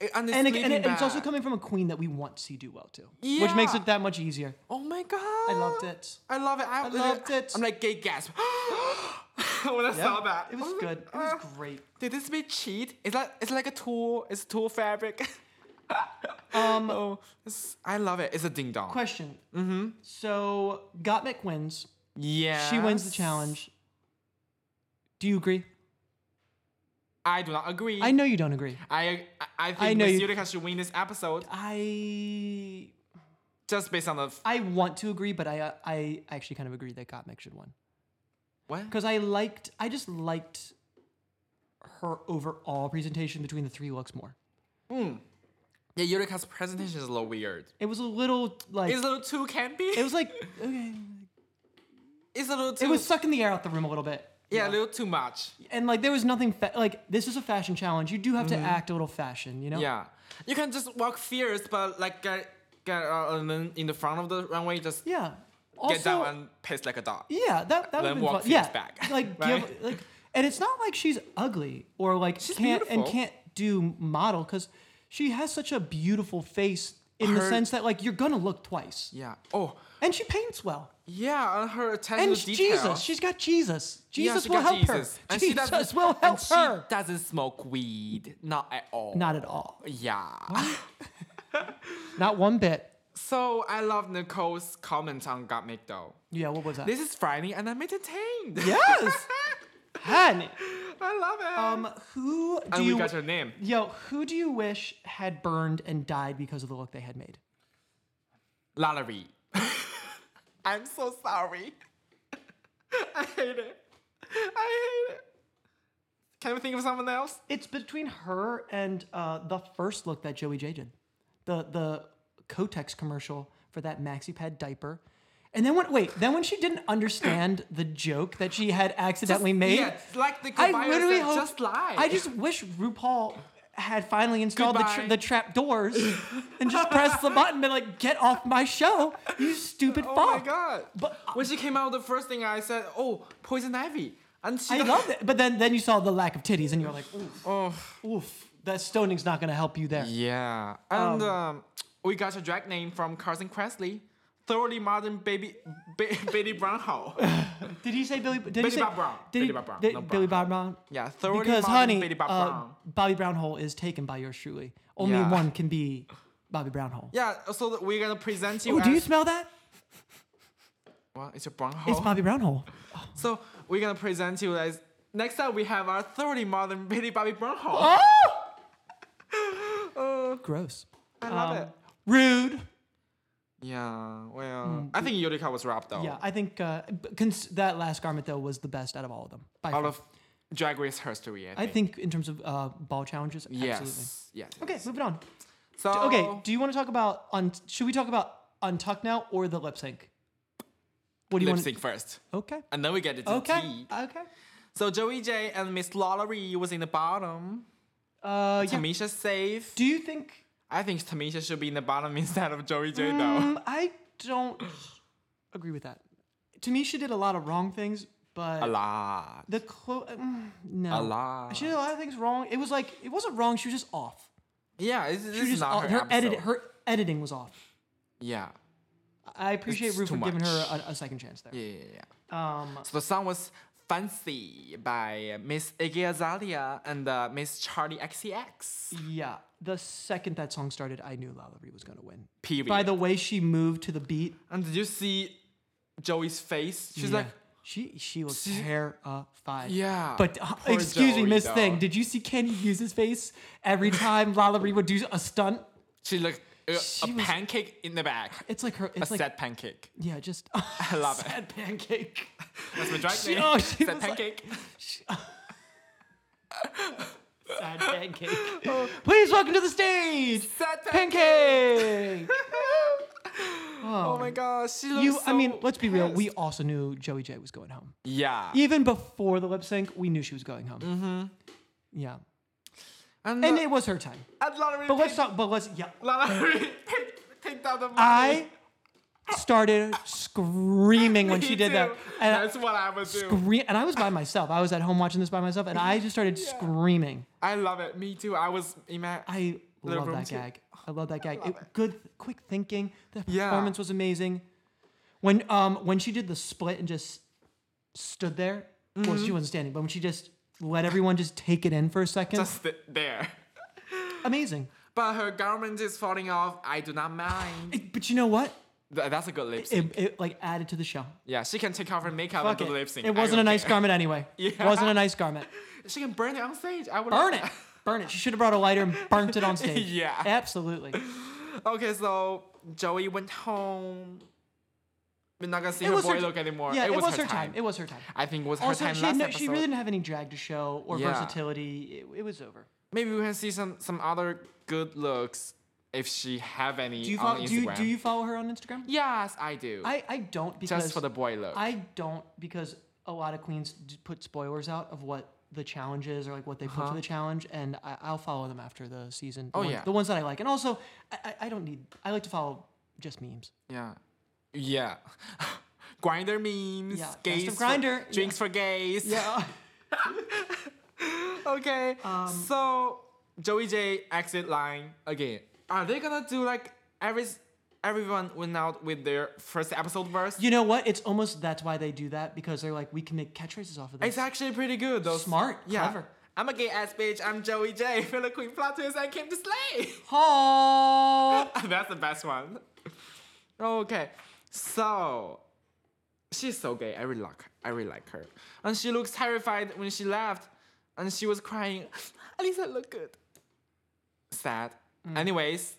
it and it's, and it, and it- it's also coming. coming from a queen that we want to see do well too, which makes Yeah. it that much easier. Oh my god! I loved it. I love it. I, loved it. I'm like gay gasp. *gasps* *gasps* when I saw that, It I was like, good. It was "Ah, great. Did this be cheat? It's like it's like a tool. It's tool fabric. *laughs* Um, oh, it's- I love it. It's a ding dong. Question. Mm-hmm. So Gottmik wins. yeah. She wins the challenge. Do you agree? I do not agree. I know you don't agree. I I think I know Miss you- Utica should win this episode I just based on the f- I want to agree, but I uh, I actually kind of agree that Gottmik should win what? because I liked I just liked her overall presentation between the three looks more. Yeah, Eureka's presentation is a little weird. It was a little like It's a little too campy. it was like okay, it's a little too. it was sucking the air out the room a little bit. yeah, a little too much. and like there was nothing fa- like this is a fashion challenge. You do have to act a little fashion, you know. Mm-hmm. Yeah, you can just walk fierce, but like get get uh, and then in the front of the runway, just Yeah. Also, get down and pace like a dog. yeah, that that would Then be walk fun. feet Yeah, back, *laughs* like right? give like, and it's not like she's ugly or like can't and beautiful. can't do model because she has such a beautiful face in the Her- sense that like you're gonna look twice, Yeah. Oh, and she paints well, yeah, and her attention and to she- detail. Jesus, she's got Jesus. Yeah, Jesus she will got help Jesus. her. And she Jesus doesn't- will help and she her. doesn't smoke weed, not at all. Not at all. Yeah. Not one bit. *laughs* So I love Nicole's comments on Gottmik though. Yeah. What was that? This is frightening and I'm entertained. yes. Honey. *laughs* I love it. Um. Who do and you? we got her name. Yo, who do you wish had burned and died because of the look they had made? Lallery. *laughs* I'm so sorry. *laughs* I hate it. I hate it. Can we think of someone else? It's between her and uh, the first look that Joey J did, the the Kotex commercial for that maxi pad diaper, and then when wait, then when she didn't *clears throat* understand the joke that she had accidentally made, Yeah, like the I literally hope, just lie. I just wish RuPaul had finally installed the, Goodbye. tr- the trap doors and just pressed the button and been like, get off my show, you stupid *laughs* Oh fuck. my god. But- uh, when she came out, the first thing I said, oh, poison ivy. And *laughs* she I loved it. But then then you saw the lack of titties and you were like, oof, Oh oof, that stoning's not gonna help you there. yeah. And um, we got a drag name from Carson Kressley. Thoroughly modern baby ba- *laughs* Betty Brownhall. *laughs* Did he say Billy did he Billy say, Bob Brown. Did he, Billy Bob Brown, Did, not Billy Brown. Bob Brown. Yeah, thoroughly Because modern honey, Betty Bob uh, Brown. Bobby Brownhole is taken by yours truly. Only Yeah. one can be Bobby Brownhole. Yeah, so that we're gonna present you Ooh, as Oh, do you smell that? Well, it's a Brownhall. It's Bobby Brownhole. *laughs* So we're gonna present you as next up we have our thoroughly modern Betty Bobby Brownhall. Oh! Oh, Gross. I love Um, it. Rude. Yeah, well, I think Yurika was wrapped though. mm, Yeah, I think uh, b- cons- that last garment though was the best out of all of them. By Out far. of Drag Race history, I think. I think in terms of uh, ball challenges, yes, absolutely. yes. Okay, yes. moving on. So Okay, do you want to talk about un- should we talk about untuck now or the lip sync? What do you lip want? sync first, Okay. and then we get into Okay. tea. Okay. So Joey J and Miss Lollery was in the bottom. Uh, yeah. Tamisha safe. Do you think? I think Tamisha should be in the bottom *laughs* instead of Joey J though. Um, I don't agree with that. Tamisha did a lot of wrong things, but A lot. the clo- mm, no, A lot. She did a lot of things wrong. It was like it wasn't wrong. She was just off. Yeah, it's, She was it's just not off. her, her edit. episode. Her editing was off. Yeah. I appreciate It's Rue too for giving her much. a, a second chance there. Yeah, yeah, yeah. Um, So the song was Fancy by Miss Iggy Azalea and uh, Miss Charlie XCX. yeah. The second that song started, I knew Lalaurie was gonna win. Period. By the way, she moved to the beat. and did you see Joey's face? She's Yeah. like, she she was She- terrified. Yeah. But uh, Poor excuse Joey, me, Miss though. Thing, did you see Kenny Hughes' face every time Lalaurie would do a stunt? she like uh, a, She a was- pancake in the back. It's like her. It's a like sad pancake. yeah, just *laughs* *laughs* I love it. sad pancake. *laughs* That's my drag She- name. oh, she sad was like- pancake. Sad pancake. *laughs* Please welcome to the stage, Sad *laughs* pancake. oh my gosh, she looks you, so I mean, let's be real. We pissed. also knew Joey J was going home. yeah. Even before the lip sync, we knew she was going home. Mm-hmm. Yeah, And, and uh, it was her time. and Lottery But let's talk. But let's yeah. *laughs* take down the money. I started screaming *laughs* when Me she did that. too. And I, That's what I would do. scre- and I was by myself. I was at home watching this by myself, and I *laughs* just started screaming. I love it. Me too. I was in my. I Little love room that too. gag. I love that gag. It- good, quick thinking. The Yeah. performance was amazing. When um when she did the split and just stood there, well, Mm-hmm. she wasn't standing, but when she just let everyone just take it in for a second, just th- there. amazing. But her garment is falling off. I do not mind. It- but you know what? Th- that's a good lip sync. It, it like added to the show. yeah, she can take off her makeup Fuck and do it. the lip sync. It I wasn't don't a nice care. garment anyway. It *laughs* Yeah. wasn't a nice garment. She can burn it on stage. I would Burn love it. Burn it. She should have brought a lighter and burnt *laughs* it on stage. Yeah. Absolutely. that. *laughs* Okay, so Joey went home. We're not gonna see It her was boy her- look anymore. Yeah, it, was her time. It was her time. I think it was her Also, time she, last had no, episode. she really didn't have any drag to show or Yeah. versatility. It, it was over. Maybe we can see some some other good looks if she have any Do you, on follow, Instagram. do, you, do you follow her on Instagram? Yes, I do. I, I don't because Just for the boy look. I don't because a lot of queens d- put spoilers out of what the challenge is or like what they put for the challenge, and I, I'll follow them after the season. Uh-huh. The Oh, ones- yeah. the ones that I like, and also I, I, I don't need. I like to follow just memes. yeah, yeah. *laughs* Grinder memes. Yeah, festive gays. for- grinder, yeah. Drinks for gays. Yeah, *laughs* Um, okay. so Joey J exit line again. Are they gonna do like every everyone went out with their first episode verse? you know what? It's almost that's why they do that because they're like we can make catchphrases off of this. It's actually pretty good though. Smart, Yeah. clever. I'm a gay ass bitch. I'm Joey J. *laughs* Filler Queen Plot Twist. I came to slay. Haul. *laughs* That's the best one. Okay, so she's so gay. I really like her. I really like her. And she looks terrified when she left, and she was crying. *gasps* At least I look good. Sad. Mm. Anyways,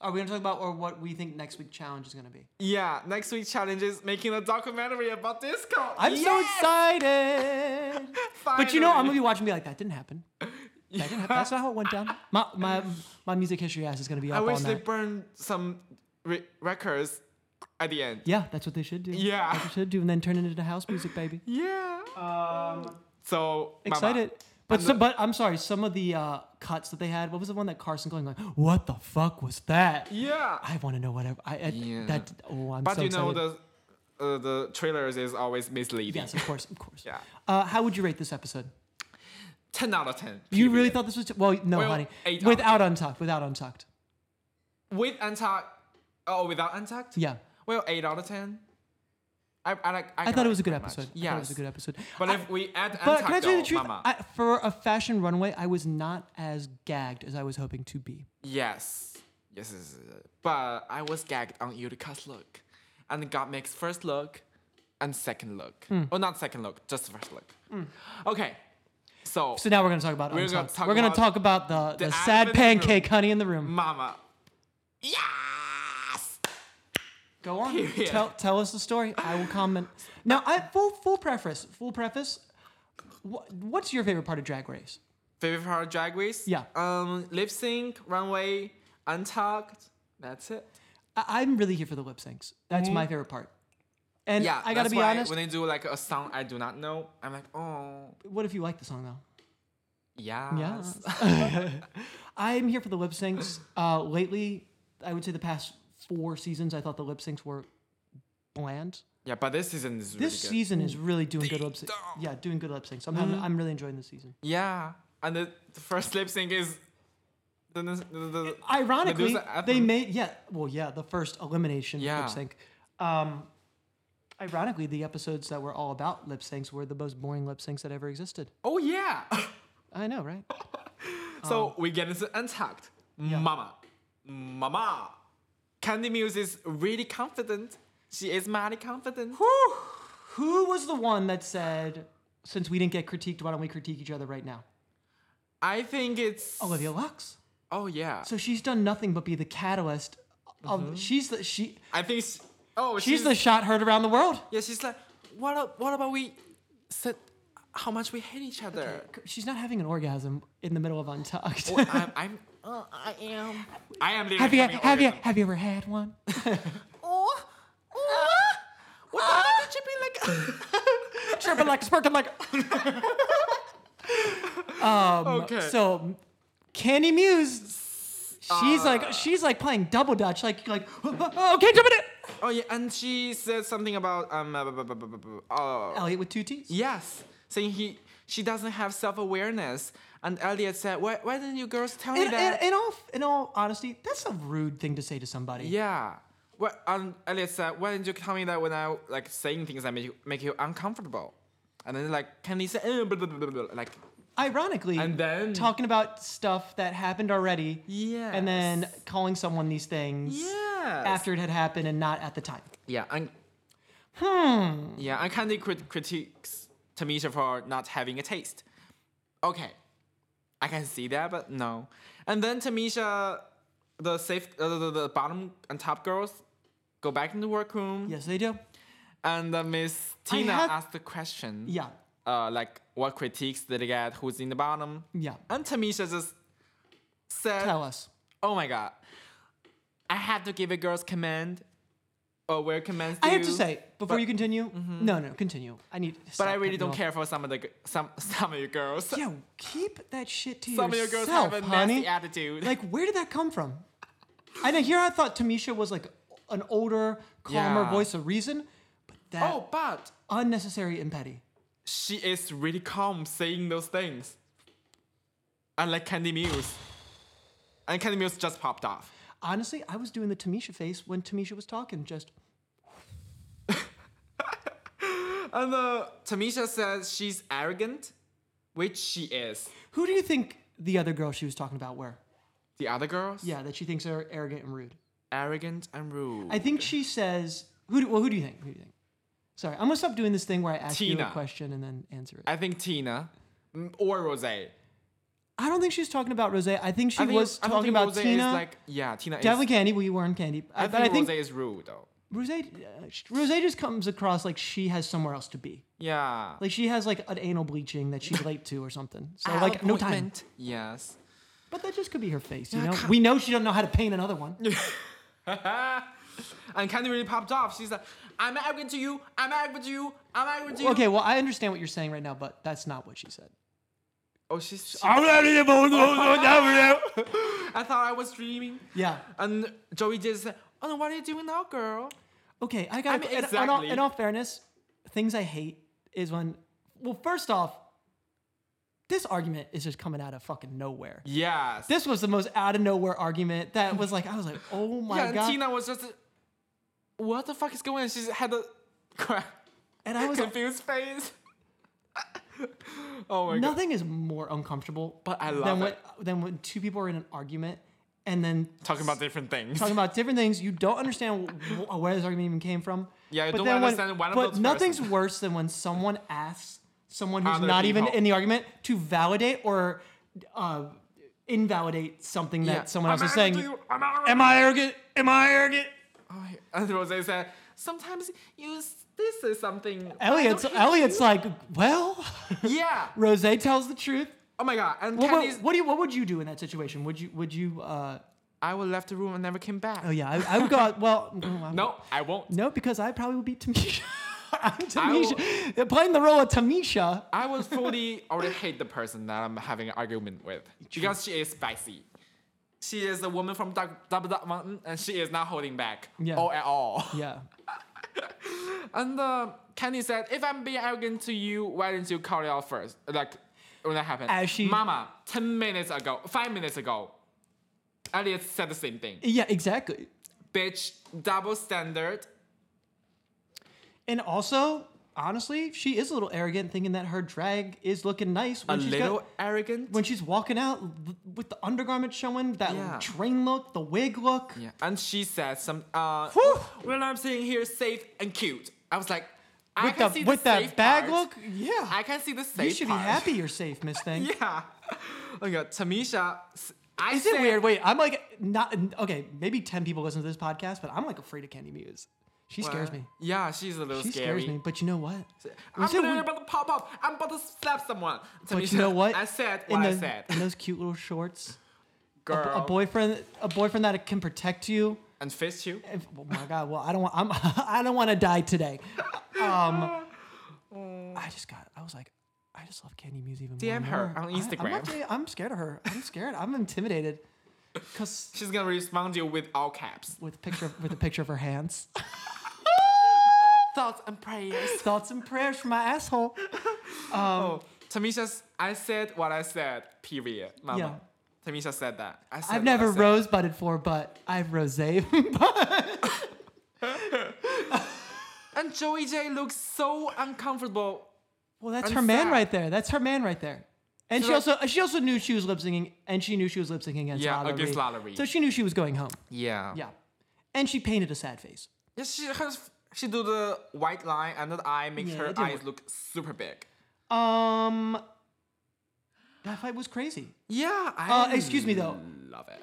Are we gonna talk about or what we think next week's challenge is gonna be? yeah. Next week challenge is making a documentary about disco. I'm so Yes! excited. *laughs* But you know, I'm gonna Finally. be watching. Be like, that didn't happen. That didn't happen. That's not how it went down. My my my music history ass is gonna be up I wish all they night. burned some re- records at the end. Yeah, that's what they should do. Yeah. that's what they should do, and then turn it into house music, baby. Yeah. *laughs* Um. So Mama, Excited. But I'm so, but I'm sorry. Some of the uh, cuts that they had. What was the one that Carson going like, "What the fuck was that?" Yeah. I want to know what I, I, I- Yeah. that. Oh, I'm But so you know excited. the uh, the trailers is always misleading. yes, of course, of course. Yeah. Uh, how would you rate this episode? Ten out of ten. You really period. thought this was t- well? No, Well, honey. eight out of Without untucked. Without untucked. with untucked? Oh, without untucked? Yeah. Well, eight out of ten. I I like. I, I thought it was a good cannot episode. Much. Yes. I thought it was a good episode. But I- if we add But untucked, can I tell you the truth? Mama, I, for a fashion runway, I was not as gagged as I was hoping to be. yes. yes, yes, yes, yes. But I was gagged on Utica's look, and God makes first look, and second look. Hmm. Or not second look, just first look. Okay. So, So now we're gonna talk about We're gonna Untucked. talk we're gonna about talk about the, the, the sad elephant in the room. Mm. pancake honey in the room. Mama. Yes. Go on. Period. Tell tell us the story. I will comment. Now, I full full preface. Full preface. Wha what's your favorite part of Drag Race? Favorite part of Drag Race? Yeah. Um, lip sync, runway, untucked. That's it. I, I'm really here for the lip syncs. That's my favorite part. Mm-hmm. And Yeah. I gotta that's be why honest. When they do like a song I do not know, I'm like, oh, what if you like the song though? yeah. Yes. I'm here for the lip *clears throat* syncs. Uh, lately, I would say the past four seasons, I thought the lip syncs were bland. *laughs* Yeah, but this season is really This good. season is really doing good lip syncs. Ding-dong. Yeah, doing good lip syncs. I'm, having, Mm-hmm. I'm really enjoying this season. Yeah, and the, the first lip sync is. The, the, the, the- Ironically, Medusa they Atom- made yeah, well yeah, the first elimination Yeah. lip sync. Um, ironically, the episodes that were all about lip syncs were the most boring lip syncs that ever existed. Oh yeah. I know, right? *laughs* so Oh. we get into untucked. Mama, mama. Candy Muse is really confident. She is mighty confident. Whew. Who was the one that said, "Since we didn't get critiqued, why don't we critique each other right now?" I think it's. Olivia Lux. Oh yeah. So she's done nothing but be the catalyst of she's the she I think. She, oh, Mm-hmm. she's, the shot heard around the world. Yeah, she's like, what? a- What about we said how much we hate each other? She's not having an orgasm in the middle of Untucked. Well, I'm, I'm, uh, I am. I am. literally *laughs* have you having have you orgasm. have you ever had *laughs* one? Oh, oh, Ah. what the hell did you be *laughs* like? Chirping like sparking like. um, Okay. So, Candy Muse, she's Uh. like she's like playing double dutch, like like *laughs* oh, okay, jump in it. oh yeah, and she said something about um. uh, bu- bu- bu- bu- bu- Oh Elliot with two T's. yes, saying he she doesn't have self awareness. And Elliot said, why, why didn't you girls tell me In, in, that? in all in all honesty, that's a rude thing to say to somebody. Yeah. Well, um, Elliot said, why didn't you tell me that when I like saying things that make you make you uncomfortable? And then like, can he say "Uh, blah, blah, blah, blah," like Ironically, And then- talking about stuff that happened already. Yes. And then calling someone these things. Yes. after it had happened and not at the time. Yeah, and hmm. Yeah, and Candy crit- critiques Tamisha for not having a taste. Okay, I can see that, but no. And then Tamisha, the safe, uh, the, the bottom and top girls, go back in the workroom, Yes, they do. and uh, Miss Tina have- asked the question. Yeah, Uh, like what critiques did they get? Who's in the bottom? yeah. And Tamisha just said, Tell us. "Oh my god, I have to give a girl's command." Or where commands I have due." to say before but- Mm-hmm. you continue. No, no, continue. I need. But I really don't care for some of the g- some *laughs* some of you girls. Yeah, keep that shit to *laughs* some yourself, of you girls have a honey. nasty attitude. like where did that come from i know here i thought tamisha was like an older calmer Yeah. voice of reason but that *laughs* oh, but unnecessary and petty she is really calm saying those things. Unlike Candy Muse. And Candy Muse just popped off. honestly i was doing the tamisha face when tamisha was talking just And uh, Tamisha says she's arrogant, which she is. who do you think the other girl she was talking about were The other girls, yeah that she thinks are arrogant and rude arrogant and rude. i think she says who do, well who do you think who do you think sorry i'm gonna stop doing this thing where i ask you a Tina. question and then answer it I think Tina mm, or Rose. I i don't think she was talking about rose i think she think- was I talking think about Rose tina Is like, yeah, Tina definitely is. candy we weren't candy I but think, i think Rose is rude though. Rose, uh, sh- Rose just comes across like she has somewhere else to be. Yeah. Like she has like an anal bleaching that she's late to or something. So Our Oh, like no time. appointment. Yes. *laughs* But that just could be her face, you know. We know she don't know how to paint *laughs* another one. And Candy really popped off. She's like, I'm arrogant to you. I'm arrogant to you. I'm arrogant to you. Okay, well I understand what you're saying right now, but that's not what she said. Oh, she's. she- *laughs* Oh, yeah. I thought I was dreaming. And Joey just said, Oh, no, what are you doing now, girl? Okay, I got. I mean, in- in, all, exactly. in all fairness, things I hate is when. Well, first off, this argument is just coming out of fucking nowhere. Yes. This was the most out of nowhere argument that was like I was like, *laughs* oh my yeah, and god. Tina was just. What the fuck is going on? She had a cra- and I was *laughs* like, confused face. oh my god. Nothing is more uncomfortable, but I than love when, than when two people are in an argument and then Talking about different things. talking about different things. You don't understand wh- where this argument even came from. Yeah, you but don't then when- understand one of But those nothing's persons. worse than when someone asks someone who's Other not even people. in the argument to validate or uh, invalidate something Yeah. that someone else "I'm is arrogant saying. to you. I'm arrogant Am I arrogant? Am I arrogant? Oh, yeah. *laughs* And Rose said, sometimes you s- this is something. why Elliot's don't you Elliot's like, well, *laughs* do-" Yeah. Rose tells the truth. Oh my god. And What, Candy's. what, what do you, what would you do in that situation? Would you would you? Uh, I will left the room and never came back. oh yeah, I, I would go. out- Well, *laughs* No, I won't. No, because I probably would be Tamisha. *laughs* I'm I will- Tamisha. Playing the role of Tamisha. I will fully already hate the person that I'm having an argument with because she is spicy. She is a woman from Dark- Double Duck Mountain and she is not holding back Yeah. or at all. Yeah. And uh, Candy said, if I'm being arrogant to you, why didn't you call it out first? Like, when that happened. As she- Mama, 10 minutes ago, 5 minutes ago, Elliot said the same thing. Yeah, exactly. Bitch, double standard. And also, honestly, she is a little arrogant thinking that her drag is looking nice when a she's little got- arrogant. when she's walking out with the undergarment showing, that Yeah. train look, the wig look. Yeah, and she said some. Uh, Whew. When I'm sitting here, safe and cute. I was like, I With can the see with the that safe bag part. look. Yeah. I can see the safe. you should part. be happy you're safe, Miss Thing. *laughs* Yeah. Oh my god, Tamisha. s- I Is it said- weird? Wait, I'm like not okay, maybe ten people listen to this podcast, but I'm like afraid of Candy Muse. She scares Well, me. Yeah, she's a little She scary. scares me, but you know what? I'm Was it literally weird- about to pop up. I'm about to slap someone. Tamisha, But you know what? I said In what I the- said. In those cute little shorts, a, Girl. a boyfriend, a boyfriend that can protect you. And fist you. If, oh my God! Well, I don't want. I'm. *laughs* I don't want to die today. Um, I just got. I was like, I just love Candy Muse even more. DM and her more. on I- I'm Instagram. actually- I'm scared of her. I'm scared. I'm intimidated. Cause She's gonna respond you with all caps. with picture with a picture of her hands, *laughs* Thoughts and prayers. thoughts and prayers Um, for my asshole. Oh, Tamisha's. I said what I said. Period. Mama. Yeah. Tamisha said that. I said I've what I never said. rose budded for, but I've rose. *laughs* And Joey J looks so uncomfortable. Well, that's I'm her man sad. right there. That's her man right there. And So she that- also she also knew she was lip syncing, and she knew she was lip syncing against Yeah, Lala against Ree. Lala Ree. So she knew she was going home. Yeah. Yeah, and she painted a sad face. Yes, she has. She do the white line under the eye, makes Yeah, it her didn't eyes work. look super big. Um, that fight was crazy. Yeah, I Uh, excuse me, though. Love it.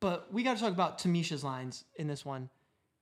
But we got to talk about Tamisha's lines in this one.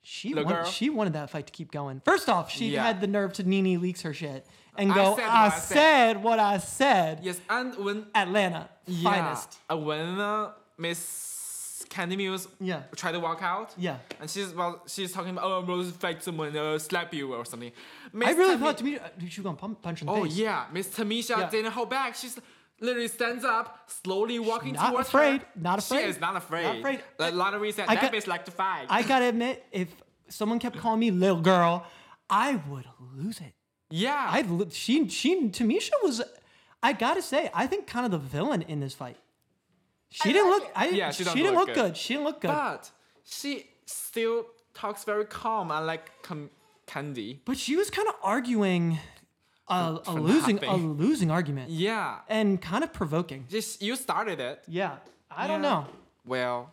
She Look, wanted, girl. she wanted that fight to keep going. First off, she Yeah. had the nerve to Nene leaks her shit and I go, said what "I, I said, said." what I said." Yes, and when Atlanta, yeah, finest. uh, when uh, Miss Candy Muse Yeah. tried to walk out. Yeah. And she's well, she's talking about oh, I'm going to fight someone, uh, slap you or something. Miss I really Tami- thought Tamisha, uh, she was gonna pump, punch her in the Oh face. yeah, Miss Tamisha Yeah. didn't hold back. She's literally stands up, slowly walking not towards afraid, her. not afraid, She is not afraid. not afraid. The lottery said I that got- bitch like to fight. I gotta admit, if someone kept calling me little girl, I would lose it. yeah. I li- she she Tamisha was, I gotta say, I think kind of the villain in this fight. She didn't like look. it. I, Yeah, she she, doesn't didn't look look good. good. She didn't look good. But, but she still talks very calm and like com- candy. she was kind of arguing, uh, a, a losing a nothing. losing argument, Yeah. and kind of provoking. Just you started it. Yeah, I don't Yeah. know. *sighs* Well,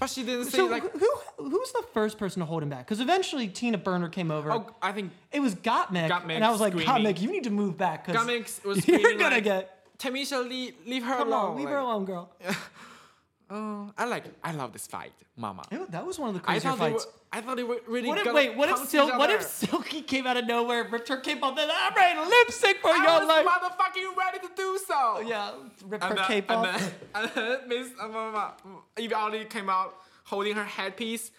but she didn't say So like. who who's the first person to hold him back? Because eventually Tina Burner came over. Oh, I think It was Gottmik, Gottmik and I was like, screaming. Gottmik, you need to move back because Gamix was *laughs* you're screaming gonna like, get. Tamisha, leave, leave her Come alone. on, leave like, her alone, girl. Oh, I like. I love this fight, Mama. Ew, That was one of the I crazier thought they were. fights. I thought they were really. What if, gonna wait, what if punch Sil- each what if other. Silky came out of nowhere, ripped her cape off, then I'm ready to lip sync for I your was life? motherfucking ready to do so. yeah, ripped her And then, cape and off. then, *laughs* and then Miss uh, Mama, Eve Ali came out holding her headpiece.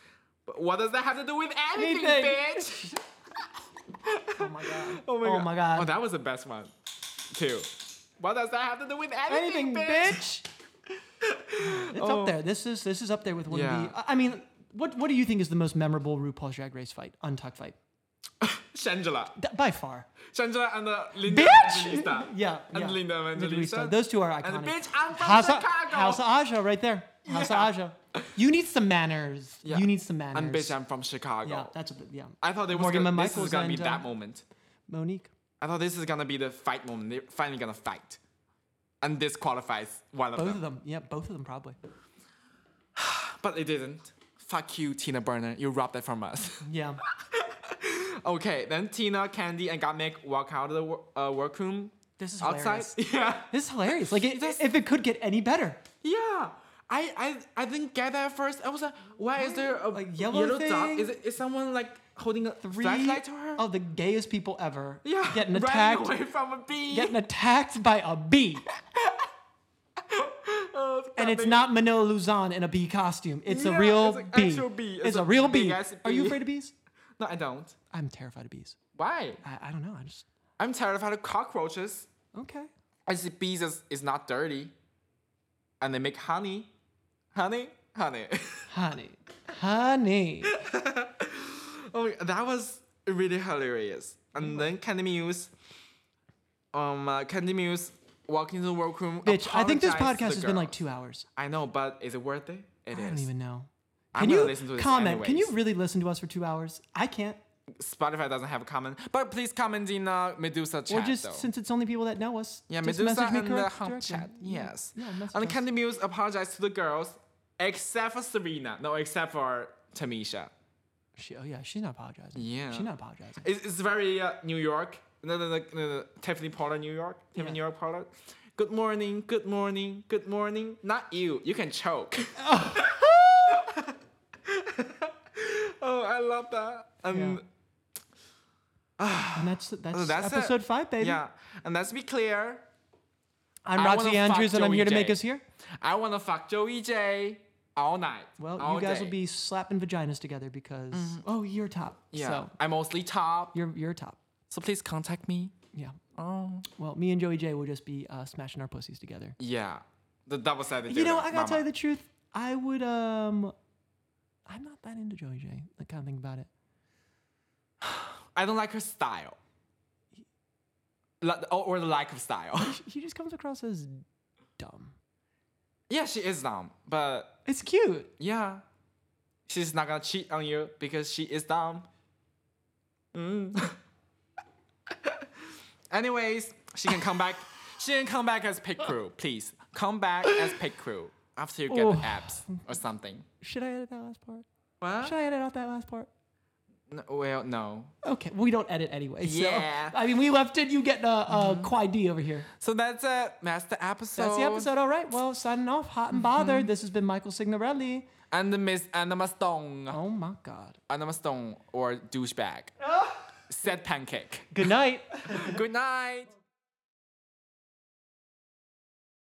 But what does that have to do with anything, Anything. bitch? Oh my god. *laughs* Oh my *laughs* Oh god. my God. Oh, that was the best one, too. What does that have to do with anything, Anything, bitch. it's Oh. up there. This is this is up there with one Yeah. of the. I- I mean, what what do you think is the most memorable RuPaul's Drag Race fight, untucked fight? *laughs* Shangela. Th- *laughs* by far. Shangela and uh, Linda Bitch. *laughs* Evangelista. yeah. And yeah. Linda Evangelista. Those two are And iconic. bitch, I'm from House, of- Chicago. House of Aja, right there. House of Yeah. Aja. You need some manners. Yeah. You need some manners. and bitch, I'm from Chicago. yeah, that's a bit. Yeah. I thought it was Morgan gonna, this Michaels was gonna be and, that uh, moment. Monique. I thought this is gonna be the fight moment. They're finally gonna fight, and this qualifies one of Both them. of them. Yeah, both of them probably. But it didn't. Fuck you, Tina Burner. You robbed that from us. *laughs* Yeah. okay, then Tina, Candy, and Gottmik walk out of the wor- uh, workroom. This is outside. hilarious. *laughs* Yeah, This is hilarious. Like, it, This- if it could get any better. yeah. I, I I didn't get that at first. I was like, why is there a Like, yellow dot? thing? Is it, is someone like holding a Three flashlight to her? of the gayest people ever yeah, getting running attacked, away from a bee. *laughs* getting attacked by a bee, Uh, and it's big- not Manila Luzon in a bee costume. It's Yeah, a real it's an bee. actual bee. It's, It's a, a real big bee. ass Are you bee. afraid of bees? No, I don't. I'm terrified of bees. Why? I, I don't know. I just I'm terrified of cockroaches. okay. I see bees is, is not dirty, and they make honey, honey, honey. *laughs* Honey, honey. oh, my- that was really hilarious. Mm-hmm. And then Candy Muse, um, uh, Candy Muse walking to the workroom. Bitch, I think this apologized to podcast the has been girl. like two hours. I know, but is it worth it? It is. I don't even know. I'm Can gonna you listen to this comment? Can you anyways. really listen to us for two hours? I can't. Spotify doesn't have a comment, but please comment in uh, Medusa chat. Or just though. since it's only people that know us. Yeah, just Medusa message me and the correct hump directly. chat. Yes. Yeah, message and us. Candy Muse apologized to the girls, except for Serena. No, except for Tamisha. She, oh yeah, she's not apologizing. Yeah. she's not apologizing. It's, it's very uh, New York. No, no, no, no, no, Tiffany Pollard, New York. Tiffany Yeah. New York Pollard. Good morning, good morning, good morning. Not you. You can choke. *laughs* oh, I love that. And And that's that's, so Oh, that's it. episode five, baby. yeah, and let's be clear. I'm I wanna Roxy fuck Andrews, and I'm Joey here to J. make us here. I wanna fuck Joey J all night. Well, all you day. guys Mm-hmm. will be slapping vaginas together because oh, you're top. Yeah, so I mostly top. you're you're top. So please contact me. Yeah. Oh. Well, me and Joey J will just be uh, smashing our pussies together. Yeah. The double sided. You know, I gotta tell you the truth. I would um, I'm not that into Joey J. I kind of think about it. I don't like her style. Li- Or or the lack of style. *laughs* She just comes across as dumb. yeah, she is dumb, but It's cute. yeah, she's not gonna cheat on you because she is dumb. Mm. *laughs* Anyways, she can come back. She can come back as pig crew, please. Come back as pig crew after you get Oh. the abs or something. Should I edit that last part? What? Should I edit out that last part? No, well, no. Okay, we don't edit anyway. So, Yeah. I mean, we left it. You getting a, a Kwai D over here. So that's it. That's the episode. That's the episode. All right. Well, signing off. Hot and bothered. This has been Michael Signorelli. And the Miss Anima Stone. Oh my God. Anima Stone or douchebag. Said pancake. Good night. Good night.